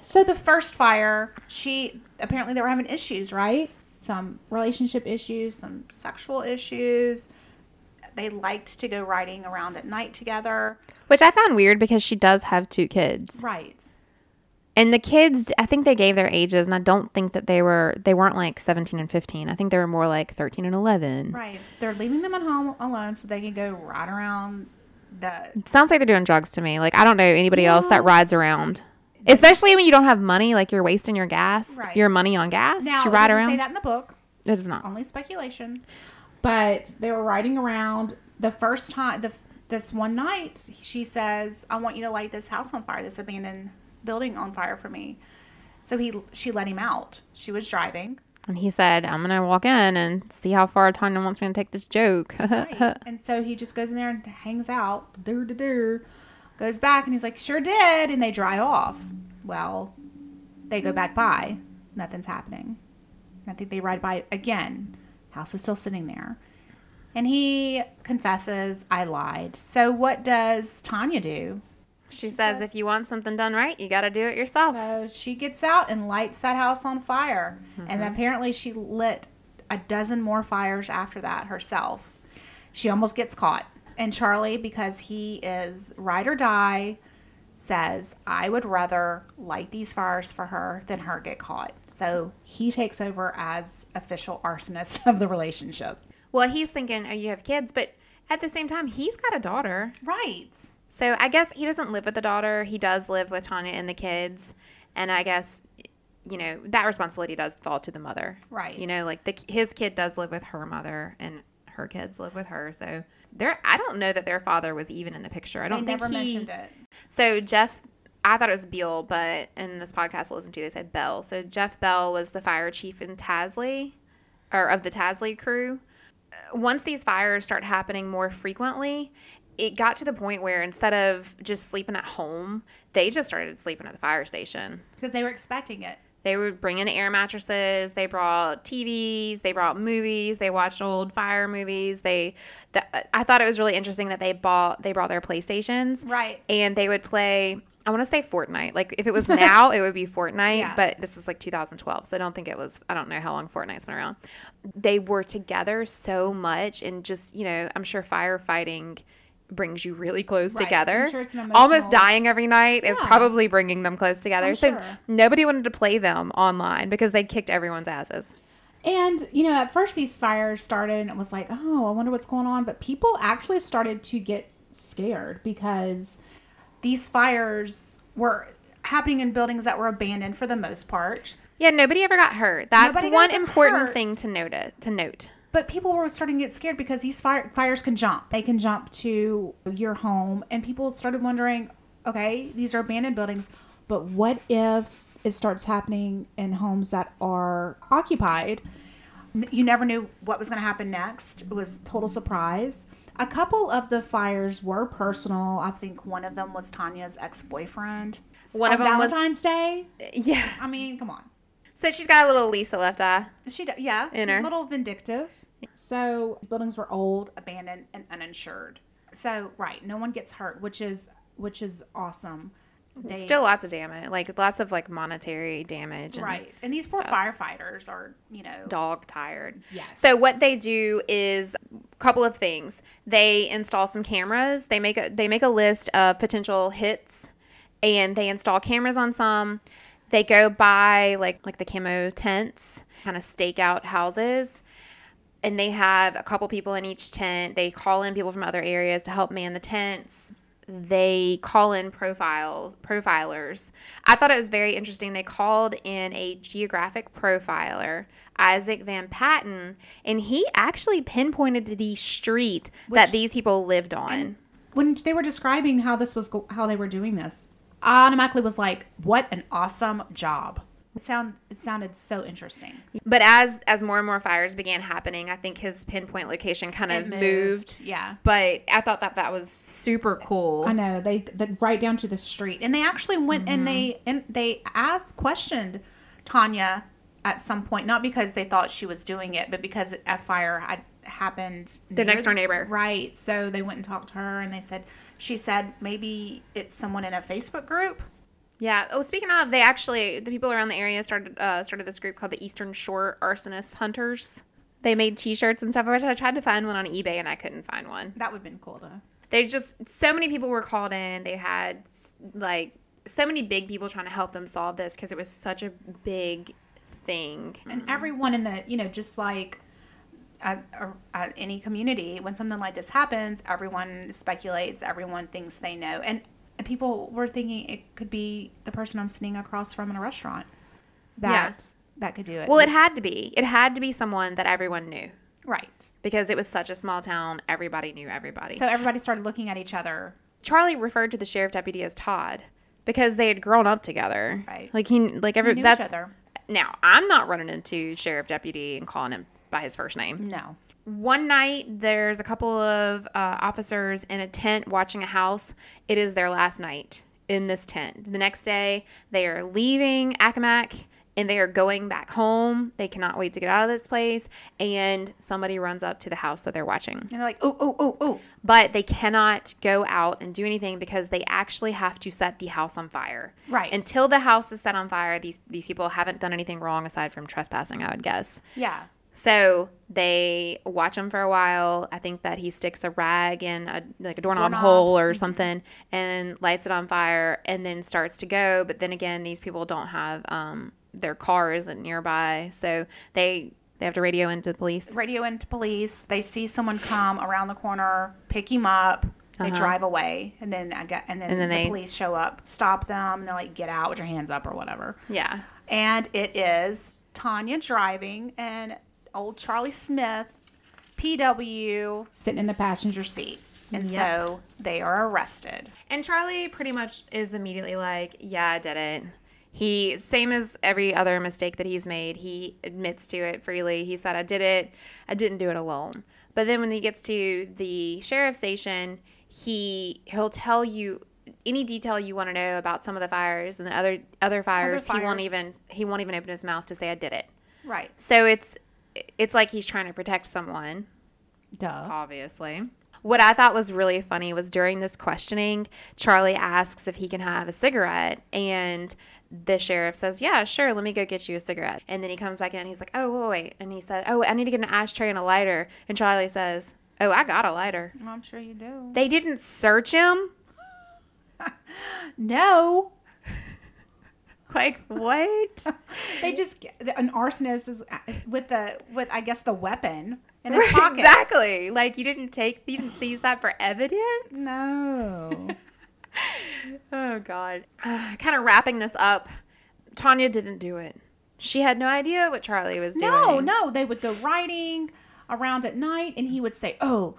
so the first fire,
She apparently they were having issues, right? Some relationship issues, some sexual issues. They liked to go riding around at night together.
Which I found weird because she does have two kids.
Right.
And the kids, I think they gave their ages, and I don't think that they were they weren't like seventeen and fifteen. I think they were more like thirteen and eleven.
Right. So they're leaving them at home alone so they can go ride around the
Sounds like they're doing drugs to me. Like I don't know anybody else that rides around, especially when you don't have money. Like you're wasting your gas,
Right.
your money on gas
now
to
it
ride
doesn't say
around.
that oh. in the book.
It is not.
Only speculation.
but they were riding around.
The first time the this one night she says, I want you to light this house on fire, this abandoned building on fire for me. So he she let him out. She was driving.
And he said, "I'm gonna walk in and see how far Tanya wants me to take this joke."
Right. and so he just goes in there and hangs out. Doo doo doo. Goes back and he's like, sure did. And they drive off. Well, they go back by. Nothing's happening. And I think they ride by again. House is still sitting there. And he confesses, I lied. So what does Tanya do?
she says, "If you want something done right, you got to do it yourself."
So she gets out and lights that house on fire. And apparently she lit a dozen more fires after that herself. She almost gets caught. And Charlie, because he is ride or die, says, I would rather light these fires for her than her get caught. So he takes over as official arsonist of the relationship.
well, he's thinking, "Oh, you have kids," but at the same time, he's got a daughter.
Right.
So I guess he doesn't live with the daughter. He does live with Tanya and the kids, and I guess you know that responsibility does fall to the mother,
Right.
You know, like the his kid does live with her mother, and her kids live with her. So there, I don't know that their father was even in the picture. I
They
don't think
never
he.
mentioned it.
So Jeff, I thought it was Beal, but in this podcast I listened to, they said Bell. So Jeff Bell was the fire chief in Tasley, or of the Tasley crew. Uh, Once these fires start happening more frequently, it got to the point where instead of just sleeping at home, they just started sleeping at the fire station.
Because they were expecting it.
They would bring in air mattresses. They brought TVs. They brought movies. They watched old fire movies. They, the, I thought it was really interesting that they bought they brought their PlayStations
Right.
and they would play I want to say Fortnite. Like if it was now, it would be Fortnite,
Yeah.
but this was like 2012, so I don't think it was I don't know how long Fortnite's been around. They were together so much and just, you know, I'm sure firefighting brings you really close
Right.
together.
I'm sure it's an
Almost
emotional-
dying every night is
Yeah.
probably bringing them close together. so
sure.
nobody wanted to play them online because they kicked everyone's asses.
And you know, at first these fires started and it was like, "Oh, I wonder what's going on." But people actually started to get scared because
These fires were happening in buildings that were abandoned for the most part.
Yeah, nobody ever got hurt. That's
Nobody got
one
hurt.
important thing to note. To note.
But
But people were starting to get scared because these fire, fires can jump. They can jump to your home, and people started wondering, okay, these are abandoned buildings, but what if it starts happening in homes that are occupied?
n- you never knew what was going to happen next.
It was total surprise. A couple of the fires were personal.
I think one of them was Tanya's ex boyfriend.
One of
On
them was
Valentine's Day.
yeah.
I mean, come on.
So she's got a little Lisa left eye.
She, d- yeah,
In her.
A little vindictive. So these buildings were old.
abandoned and uninsured.
So right, no one gets hurt, which is which is awesome. They,
Still lots of damage, like lots of like monetary damage. And
right,
And these poor firefighters are, you know,
Dog tired.
Yes.
So what they do is a couple of things. They install some cameras. They make a they make a list of potential hits, and they install cameras on some. They go by like like the camo tents, kind of stake out houses. and they have a couple people in each tent. They call in people from other areas to help man the tents. They call in profiles profilers. I thought it was very interesting. They called in a geographic profiler, Isaac Van Patten, and he actually pinpointed the street that these people lived on.
when they were describing how this was go- how they were doing this, I automatically was like,
what an awesome job. It, sound, it sounded so interesting.
but as as more and more fires began happening, I think his pinpoint location kind of moved.
Yeah.
But I thought that that was super cool.
I know they, they right down to the street.
And they actually went and they
Mm-hmm.
and they asked questioned Tanya at some point, not because they thought she was doing it, but because a fire had happened.
Their next door neighbor.
Right. So they went and talked to her and they said she said maybe it's someone in a Facebook group.
Yeah. Oh, speaking of, they actually the people around the area started uh, started this group called the Eastern Shore Arsonist Hunters. They made T-shirts and stuff. I I tried to find one on eBay and I couldn't find one.
That would have been cool to
They just so many people were called in. They had s- like so many big people trying to help them solve this because it was such a big thing.
and everyone in the you know just like at, at any community when something like this happens everyone speculates everyone thinks they know and people were thinking it could be the person i'm sitting across from in a restaurant that that could do it
Well, it had to be. It had to be someone that everyone knew
right
because it was such a small town. Everybody knew everybody.
so everybody started looking at each other
Charlie referred to the sheriff deputy as Todd because they had grown up together.
Right.
Like he like every
knew each
that's
other.
now I'm not running into sheriff deputy and calling him by his first name.
no
One night there's a couple of uh, officers in a tent watching a house. It is their last night in this tent. The next day they are leaving Accomack and they are going back home. They cannot wait to get out of this place and somebody runs up to the house that they're watching
and they're like oh oh oh oh
but they cannot go out and do anything because they actually have to set the house on fire.
Right.
Until the house is set on fire, these these people haven't done anything wrong aside from trespassing, I would guess.
yeah
So they watch him for a while. I think that he sticks a rag in a like a doorknob,
Doorknob. Mm-hmm.
hole or something and lights it on fire and then starts to go. But then again, these people don't have um their car isn't nearby, so they they have to radio into the police.
radio into police they see someone come around the corner pick him up they drive away and then i get Uh-huh. and then,
And then
the
they-
police show up stop them and they're like get out with your hands up or whatever
Yeah.
and it is Tanya driving and old Charlie Smith, PW
Sitting in the passenger
your
seat.
seat. And so they are arrested.
And Charlie pretty much is immediately like, "Yeah, I did it." He same as every other mistake that he's made, he admits to it freely. He said, "I did it. I didn't do it alone." But then when he gets to the sheriff's station, he he'll tell you any detail you want to know about some of the fires and the other other fires, he won't
fires.
even he won't even open his mouth to say I did it.
Right.
So it's it's like he's trying to protect someone
Duh.
obviously. What I thought was really funny was during this questioning, Charlie asks if he can have a cigarette, and the sheriff says, "Yeah, sure. Let me go get you a cigarette." And then he comes back in. He's like, "Oh, wait, wait," and he said, "Oh, I need to get an ashtray and a lighter." And Charlie says, "Oh, I got a lighter."
I'm sure you do.
They didn't search him.
No.
Like what?
They just an arsonist is
With the with I guess the weapon in his pocket.
exactly. Like you didn't take, you didn't seize that for evidence.
no.
Oh God. kind of wrapping this up. Tanya didn't do it. She had no idea what Charlie was doing.
No, no, they would go riding
around at night and he would say, "Oh,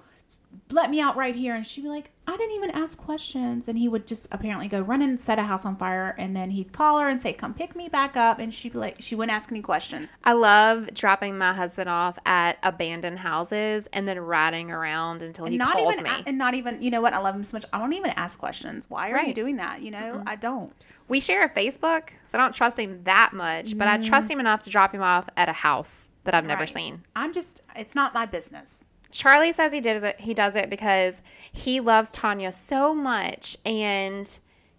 let me out right here," and she'd be like, "I didn't even ask questions," and he would just apparently go run and set a house on fire, and then he'd call her and say, "Come pick me back up," and she'd be like, she wouldn't ask any questions.
I love dropping my husband off at abandoned houses and then riding around until he
not
calls
even
me.
a- and not even you know what I love him so much. I don't even ask questions. Why are you
Right.
doing that? You know I don't.
we share a Facebook, so I don't trust him that much, but I trust him enough to drop him off at a house that I've never
Mm-hmm. Right.
seen.
I'm just it's not my business.
Charlie says he does it. He does it because he loves Tanya so much, and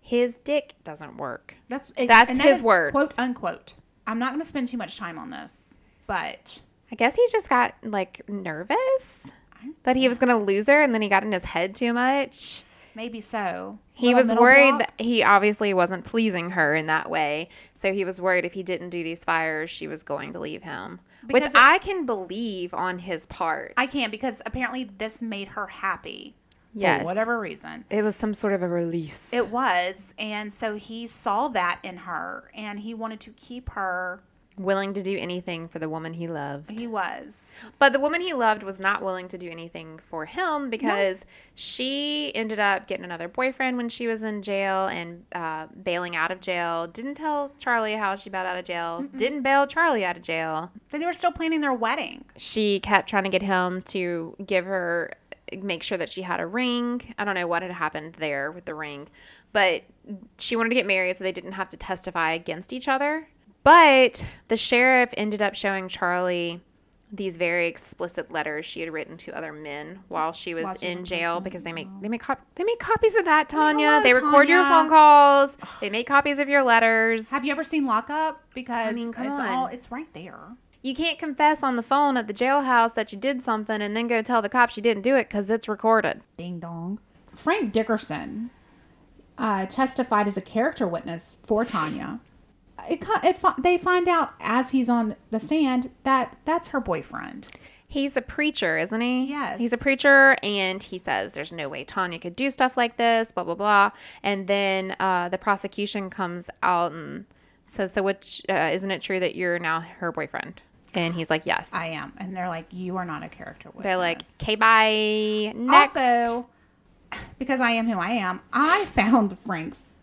his dick doesn't work.
That's it,
That's
and
his
is
words.
quote unquote. I'm not going to spend too much time on this, but
I guess he just got like nervous that he was gonna lose her, and then he got in his head too much.
maybe so.
He
Little
was
middle
worried
block.
that he obviously wasn't pleasing her in that way. So he was worried if he didn't do these fires, she was going to leave him. Which
Because it-
I can believe on his part.
I can because apparently this made her happy
yes.
for whatever reason.
It was some sort of a release.
It was, and so he saw that in her, and he wanted to keep her.
willing to do anything for the woman he loved.
He was
But the woman he loved was not willing to do anything for him because she ended up getting another boyfriend when she was in jail and uh, bailing out of jail. Didn't tell Charlie how she bailed out of jail. Didn't bail Charlie out of jail.
they were still planning their wedding.
she kept trying to get him to give her make sure that she had a ring. I don't know what had happened there with the ring, but she wanted to get married so they didn't have to testify against each other. But the sheriff ended up showing Charlie these very explicit letters she had written to other men while she was
While she was
in
in
jail because they make they make cop- they make copies of that Tanya.
hello,
they record your
Tanya.
phone calls. They make copies of your letters.
Have you ever seen Lock Up? Because
mean, come
it's
on.
all it's right there.
You can't confess on the phone at the jailhouse that you did something and then go tell the cops you didn't do it because it's recorded.
Ding dong. Frank Dickerson uh, testified as a character witness for Tanya. It, co- it, fi- they find out as he's on the stand that that's her boyfriend.
He's a preacher, isn't he?
Yes.
He's a preacher, and he says there's no way Tanya could do stuff like this, blah, blah, blah. And then uh, the prosecution comes out and says, So, which uh, isn't it true that you're now her boyfriend? And he's like, Yes.
I am, and they're like, "You are not a character witness."
They're like, Okay, bye. Next.
Also, because I am who I am, I found Frank's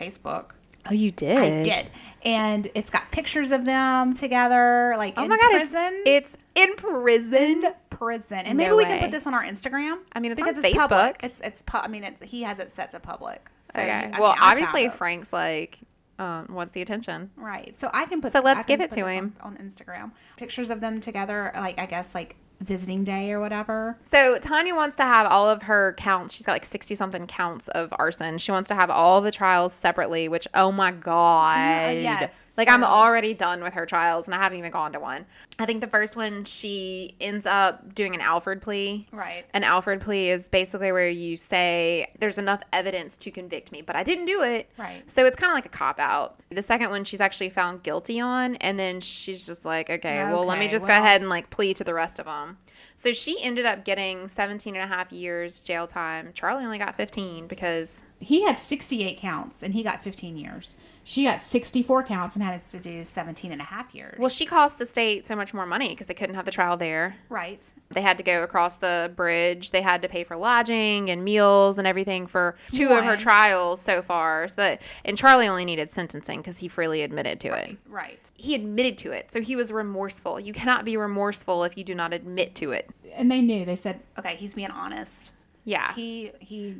Facebook.
oh, you did?
I did, and it's got pictures of them together, like
Oh
in
my God. it's-
prison.
It's, in prison.
Prison, and maybe
No
we
way.
can put this on our Instagram.
I mean, it's on
public.
Facebook.
It's it's pu- I mean, it, he has it set to public. So
Okay.
you- I mean,
well,
I found
obviously,
it.
Frank's like, um, wants the attention.
Right. So I can put.
So let's
I can
give it
put
to
this
him.
on, on Instagram. Pictures of them together, like I guess like visiting day or whatever.
So Tanya wants to have all of her counts. She's got like 60 something counts of arson. She wants to have all the trials separately, which, oh my God.
Mm-hmm, yes.
Like, I'm
So-
already done with her trials and I haven't even gone to one. I think the first one, she ends up doing an Alfred plea.
Right.
An Alfred plea is basically where you say, there's enough evidence to convict me, but I didn't do it.
Right.
So it's kind of like a cop out. The second one, she's actually found guilty on, and then she's just like, okay, well, let me
Okay,
just
well-
go ahead and like plea to the rest of them. So she ended up getting 17 and a half years jail time. Charlie only got 15 because
he had 68 counts and he got 15 years. She got 64 counts and had
It's to do 17 and a half years.
well, she cost the state so much more money because they couldn't have the trial there.
right.
They had to go across the bridge. They had to pay for lodging and meals and everything for two of her
One.
trials so far. So that and Charlie only needed sentencing because he freely admitted to it.
Right.
he admitted to it. So he was remorseful. You cannot be remorseful if you do not admit to it.
and they knew. They said
Okay. He's being honest.
Yeah.
he he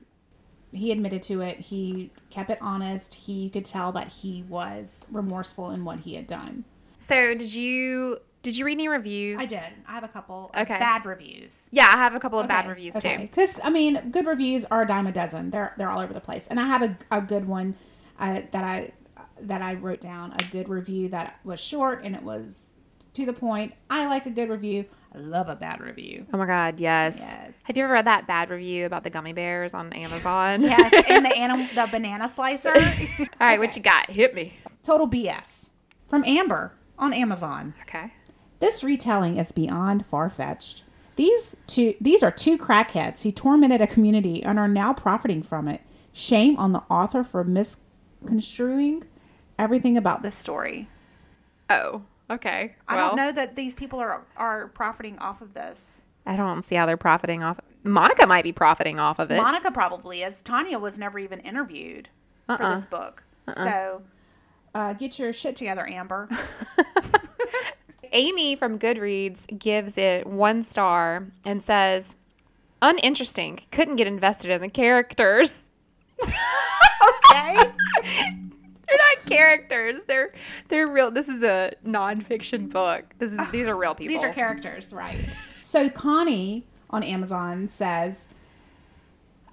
he admitted to it. He kept it honest. He you could tell that he was remorseful in what he had done.
So did you did you read any reviews?
I did. I have a couple of
Okay.
Bad reviews.
Yeah, I have a couple of bad reviews too.
Because I mean, good reviews are a dime a dozen. They're they're all over the place. And I have a, a good one uh, that I that I wrote down. A good review that was short and it was to the point. I like a good review. I love a bad review.
Oh my god, yes.
Yes.
Have you ever read that bad review about the gummy bears on Amazon?
Yes. And the animal, the banana slicer.
All right, what you got? Hit me.
Total BS from Amber on Amazon.
Okay.
This retelling is beyond far fetched. These two these are two crackheads who tormented a community and are now profiting from it. Shame on the author for misconstruing everything about
the
this.
story.
Oh. Okay.
I
well,
don't know that these people are are profiting off of this.
I don't see how they're profiting off. Monica might be profiting off of it.
Monica probably is. Tanya was never even interviewed for
Uh-uh.
this book. So
Uh, get your shit together.
together, Amber.
Amy from Goodreads gives it one star and says, uninteresting. Couldn't get invested in the characters.
okay.
They're not characters. They're they're real. This is a nonfiction book. This is these are real people.
These are characters, right? so Connie on Amazon says,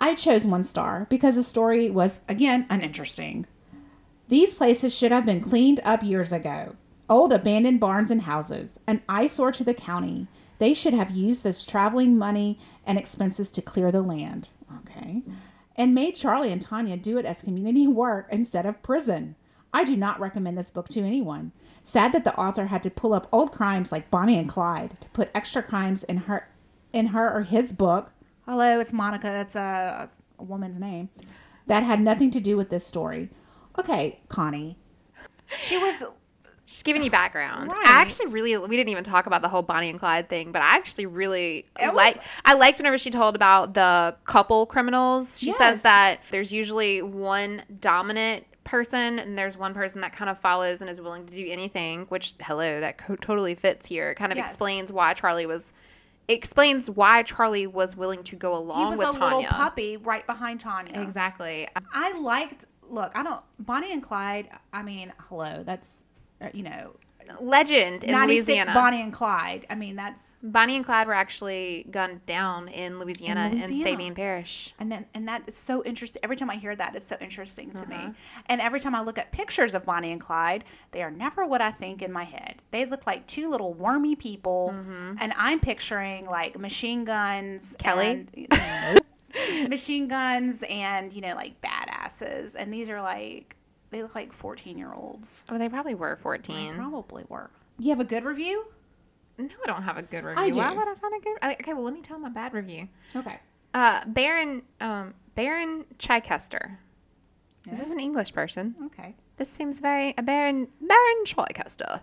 I chose one star because the story was, again, uninteresting. These places should have been cleaned up years ago. Old abandoned barns and houses, an eyesore to the county. They should have used this traveling money and expenses to clear the land. Okay. And made Charlie and Tanya do it as community work instead of prison. I do not recommend this book to anyone. Sad that the author had to pull up old crimes like Bonnie and Clyde to put extra crimes in her in her or his book
Hello, it's Monica. That's a,
a woman's name that had nothing to do with this story. Okay, Connie.
she was
Just giving you background.
Right.
I actually really we didn't even talk about the whole Bonnie and Clyde thing, but I actually really
was-
like I liked whenever she told about the couple criminals. She
Yes.
says that there's usually one dominant person and there's one person that kind of follows and is willing to do anything, which hello, that co- totally fits here. It kind of
Yes.
explains why Charlie was explains why Charlie was willing to go
he
along
was a
with Tanya.
little puppy right behind Tanya.
Exactly. Um,
I liked. Look, I don't. Bonnie and Clyde. I mean, hello. That's uh, you know,
Legend in
ninety six
Louisiana.
Bonnie and Clyde. I mean, that's
Bonnie and Clyde were actually gunned down in Louisiana in,
Louisiana.
Sabine Parish.
and then and that is so interesting. Every time I hear that, it's so interesting to me. And every time I look at pictures of Bonnie and Clyde, they are never what I think in my head. They look like two little wormy people, and I'm picturing like machine guns,
Kelly?
and- machine guns, and you know, like badasses. And these are like they look like fourteen year olds.
Oh, they probably were 14.
Probably were. Mm. You have a good review.
no, I don't have a good review.
I
Why
do.
would I find a good I- Okay, well, let me tell my bad review.
Okay.
Uh, Baron, um, Baron Chichester. This is an English person.
Okay.
This seems very a Baron Baron Chichester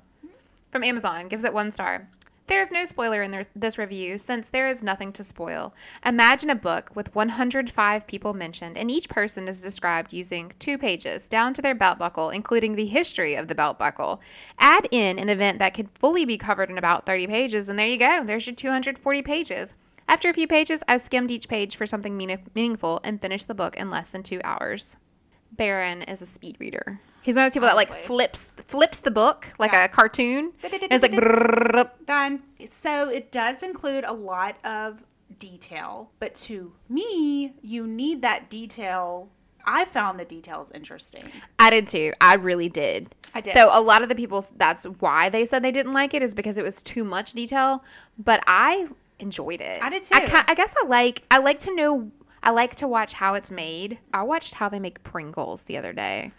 from Amazon gives it one star. There is no spoiler in this- this review since there is nothing to spoil. Imagine a book with 105 people mentioned, and each person is described using two pages down to their belt buckle, including the history of the belt buckle. Add in an event that could fully be covered in about 30 pages, and there you go. There's your 240 pages. After a few pages, I skimmed each page for something meaning meaningful and finished the book in less than two hours. Baron is a speed reader. He's one of those people that like
Honestly.
flips flips the book like a cartoon. And it's like brrrrup.
Done. So it does include a lot of detail, but to me, you need that detail. I found the details interesting.
I did too. I really did.
I did.
So a lot of the people that's why they said they didn't like it is because it was too much detail, but I enjoyed it.
I did
I,
too.
ki- I guess I like I like to know I like to watch how it's made. I watched how they make Pringles the other day.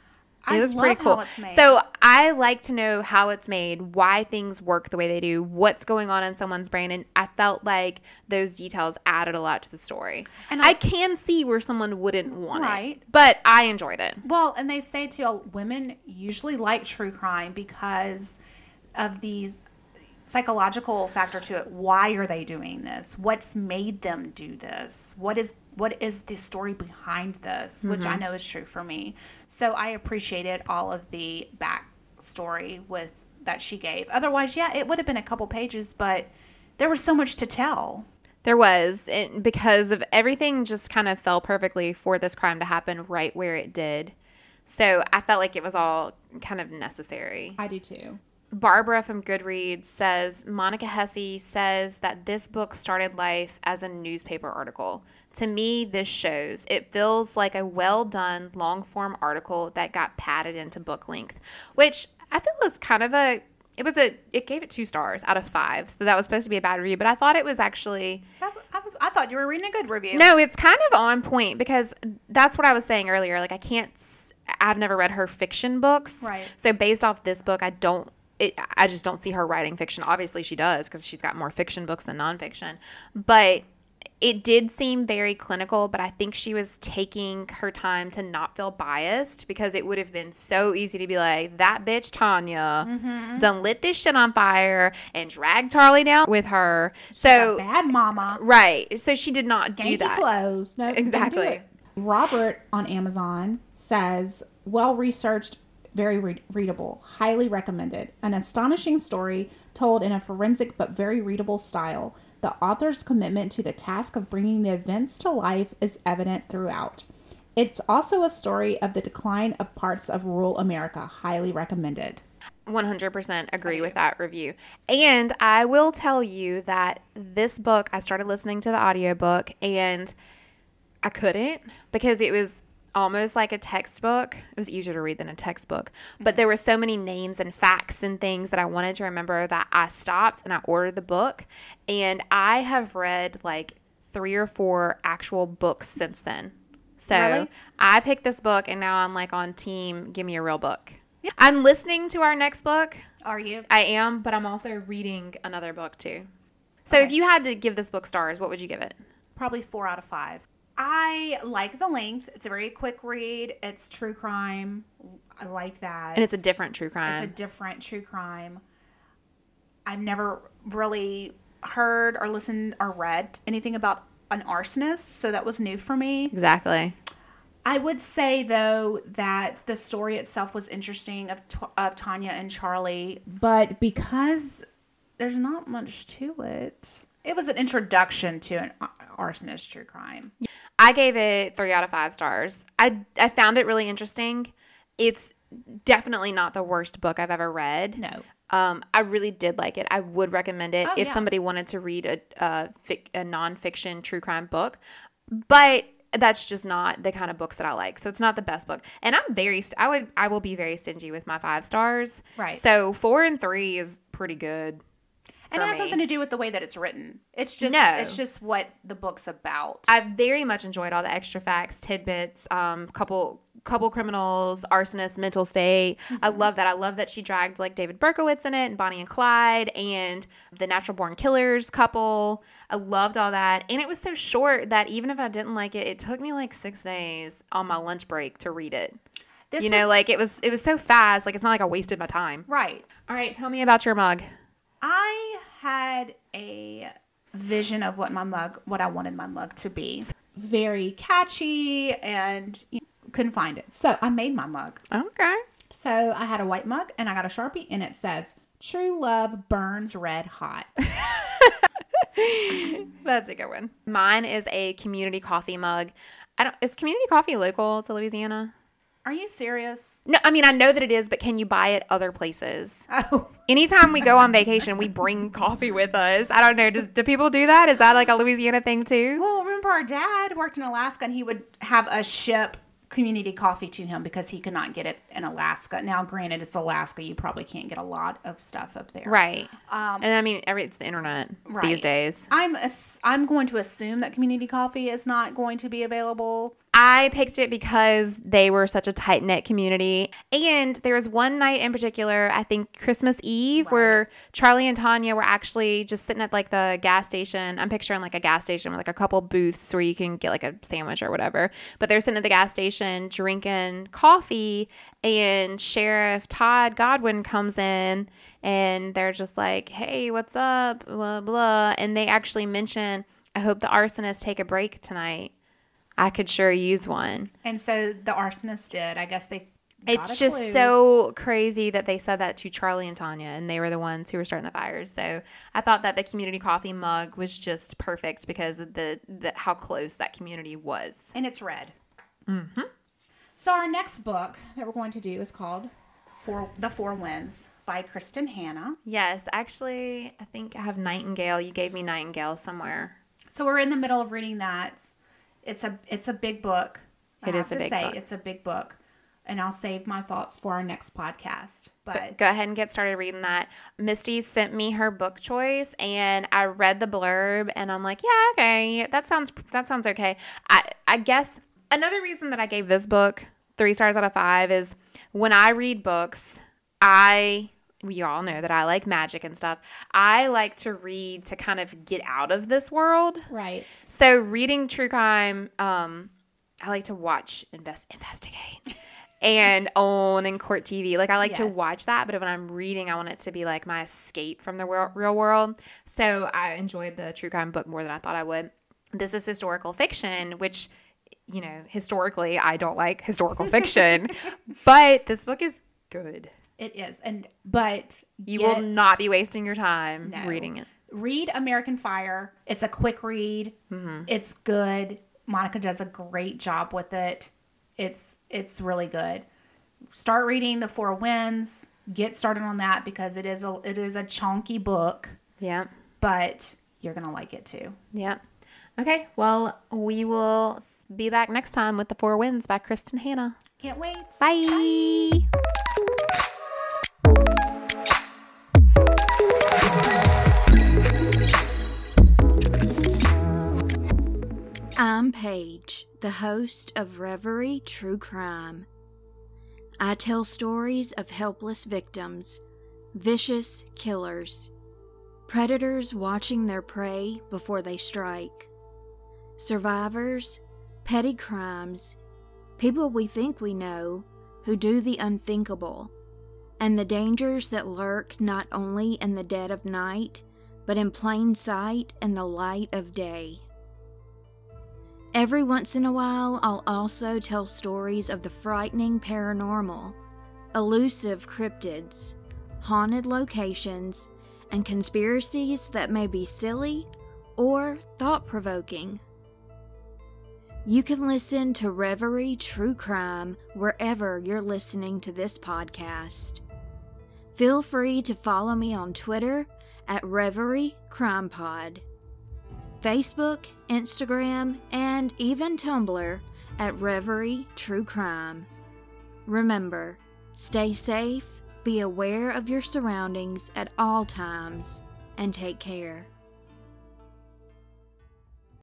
I
it was
love
pretty cool.
how it's made.
So I like to know how it's made, why things work the way they do, what's going on in someone's brain, and I felt like those details added a lot to the story.
And
And
I-
I, can see where someone wouldn't want
Right.
it, but I enjoyed it.
Well, and they say too, women usually like true crime because of these psychological factor to it. Why are they doing this? What's made them do this? What is what is the story behind this? Which I know is true for me. So I appreciated all of the backstory with that she gave. Otherwise, yeah, it would have been a couple pages, but there was so much to tell.
There was, and because of everything just kind of fell perfectly for this crime to happen right where it did. So I felt like it was all kind of necessary.
I do too.
Barbara from Goodreads says Monica Hesse says that this book started life as a newspaper article. To me, this shows. It feels like a well done, long form article that got padded into book length, which I feel is kind of a. It was a. It gave it two stars out of five, so that was supposed to be a bad review, but I thought it was actually.
I, I, was, I thought you were reading a good review.
No, it's kind of on point because that's what I was saying earlier. Like I can't. s- I've never read her fiction books,
Right.
So based off this book, I don't. It, I just don't see her writing fiction. Obviously, she does because she's got more fiction books than nonfiction. But it did seem very clinical, but I think she was taking her time to not feel biased because it would have been so easy to be like, that bitch Tanya done lit this shit on fire and dragged Charlie down with her.
A
So,
bad mama.
right. So she did not do
Skanky
that.
clothes. No, didn't do
Exactly.
it. Robert on Amazon says, well researched, very re- readable, highly recommended. An astonishing story told in a forensic but very readable style. The author's commitment to the task of bringing the events to life is evident throughout. It's also a story of the decline of parts of rural America. Highly recommended.
100% agree with that review. And I will tell you that this book, I started listening to the audiobook and I couldn't because it was almost like a textbook. It was easier to read than a textbook, but there were so many names and facts and things that I wanted to remember that I stopped and I ordered the book. And I have read like three or four actual books since then. So
Really?
I picked this book and now I'm like on team, give me a real book. I'm listening to our next book.
Are you?
I am, but I'm also reading another book too. So if you had to give this book stars, what would you give it?
Probably four out of five. I like the length. It's a very quick read. It's true crime. I like that.
And it's a different true
it's a
crime.
different true crime. I've never really heard or listened or read anything about an arsonist, so that was new for me.
exactly.
I would say though that the story itself was interesting of T- of Tanya and Charlie, but because there's not much to it. It was an introduction to an a- arsonist true crime.
I gave it three out of five stars. I I found it really interesting. It's definitely not the worst book I've ever read.
No.
Um, I really did like it. I would recommend it
Oh,
if
yeah.
somebody wanted to read a a, fic- a nonfiction true crime book, but that's just not the kind of books that I like. So it's not the best book. And I'm very st- I would I will be very stingy with my five stars.
Right.
So four and three is pretty good.
And it
for
has
me.
something to do with the way that it's written. It's just
No.
it's just what the book's about.
I very much enjoyed all the extra facts, tidbits, um, couple couple criminals, arsonist, mental state.
Mm-hmm.
I love that. I love that she dragged like David Berkowitz in it and Bonnie and Clyde and the natural born killers couple. I loved all that. And it was so short that even if I didn't like it, it took me like six days on my lunch break to read it.
This
you
was,
know, like it was it was so fast, like it's not like I wasted my time.
right.
All right, tell me about your mug.
I had a vision of what my mug, what I wanted my mug to be.
Very
Catchy and you know, couldn't find it. So I made my mug.
Okay.
So I had a white mug and I got a Sharpie and it says, True love burns red hot.
That's a good one. Mine is a community coffee mug. I don't is community coffee local to Louisiana?
Are you serious?
No, I mean I know that it is, but can you buy it other places?
Oh,
Anytime we go on vacation, we bring coffee with us. I don't know. Do, do people do that? Is that like a Louisiana thing too?
well, remember our dad worked in Alaska and he would have us ship community coffee to him because he could not get it in Alaska. Now, granted, it's Alaska. You probably can't get a lot of stuff up there.
Right. and I mean, every, it's the internet these
um, Right.
days.
I'm ass- I'm going to assume that community coffee is not going to be available.
I picked it because they were such a tight knit community. And there was one night in particular, I think Christmas Eve, where Charlie and Tanya were actually just sitting at like the gas station. I'm picturing like a gas station with like a couple booths where you can get like a sandwich or whatever. But they're sitting at the gas station drinking coffee. And Sheriff Todd Godwin comes in and they're just like, hey, what's up? Blah, blah. And they actually mention, I hope the arsonists take a break tonight. I could sure use one.
And so the arsonist did. I guess they. got
It's
a
just
clue.
so crazy that they said that to Charlie and Tanya, and they were the ones who were starting the fires. So I thought that the community coffee mug was just perfect because of the, the how close that community was.
and it's red.
so our next book that we're going to do is called
For the Four Winds by Kristen Hanna.
Yes, actually, I think I have Nightingale. You gave me Nightingale somewhere.
So we're in the middle of reading that. It's a it's a big book. I
It
have
is a
to
big
say
book.
it's a big book, and I'll save my thoughts for our next podcast. But
Go ahead and get started reading that. Misty sent me her book choice, and I read the blurb, and I'm like, yeah, okay, that sounds that sounds okay. I I guess another reason that I gave this book three stars out of five is when I read books, I you all know that I like magic and stuff. I like to read to kind of get out of this world.
Right.
So reading true crime, um, I like to watch invest investigate and own and court TV. Like I like to
Yes.
watch that, but when I'm reading, I want it to be like my escape from the real, real world. So I enjoyed the true crime book more than I thought I would. This is historical fiction, which you know historically I don't like historical fiction, but this book is good.
It is. And but
You will
get-
not be wasting your time
No.
reading it.
read American Fire. It's a quick read. It's good. Monica does a great job with it. It's it's really good. Start reading The Four Winds. Get started on that because it is a it is a chunky book,
Yeah.
but you're gonna like it too.
Yeah. Okay. Well, we will s- be back next time with The Four Winds by Kristen Hanna.
Can't wait.
Bye.
I'm Paige, the host of Reverie True Crime. I tell stories of helpless victims, vicious killers, predators watching their prey before they strike, survivors, petty crimes, people we think we know who do the unthinkable, and the dangers that lurk not only in the dead of night, but in plain sight and the light of day. Every once in a while, I'll also tell stories of the frightening paranormal, elusive cryptids, haunted locations, and conspiracies that may be silly or thought provoking. You can listen to Reverie True Crime wherever you're listening to this podcast. Feel free to follow me on Twitter at Reverie Crime Pod. Facebook, Instagram, and even Tumblr at Reverie True Crime. Remember, stay safe, be aware of your surroundings at all times, and take care.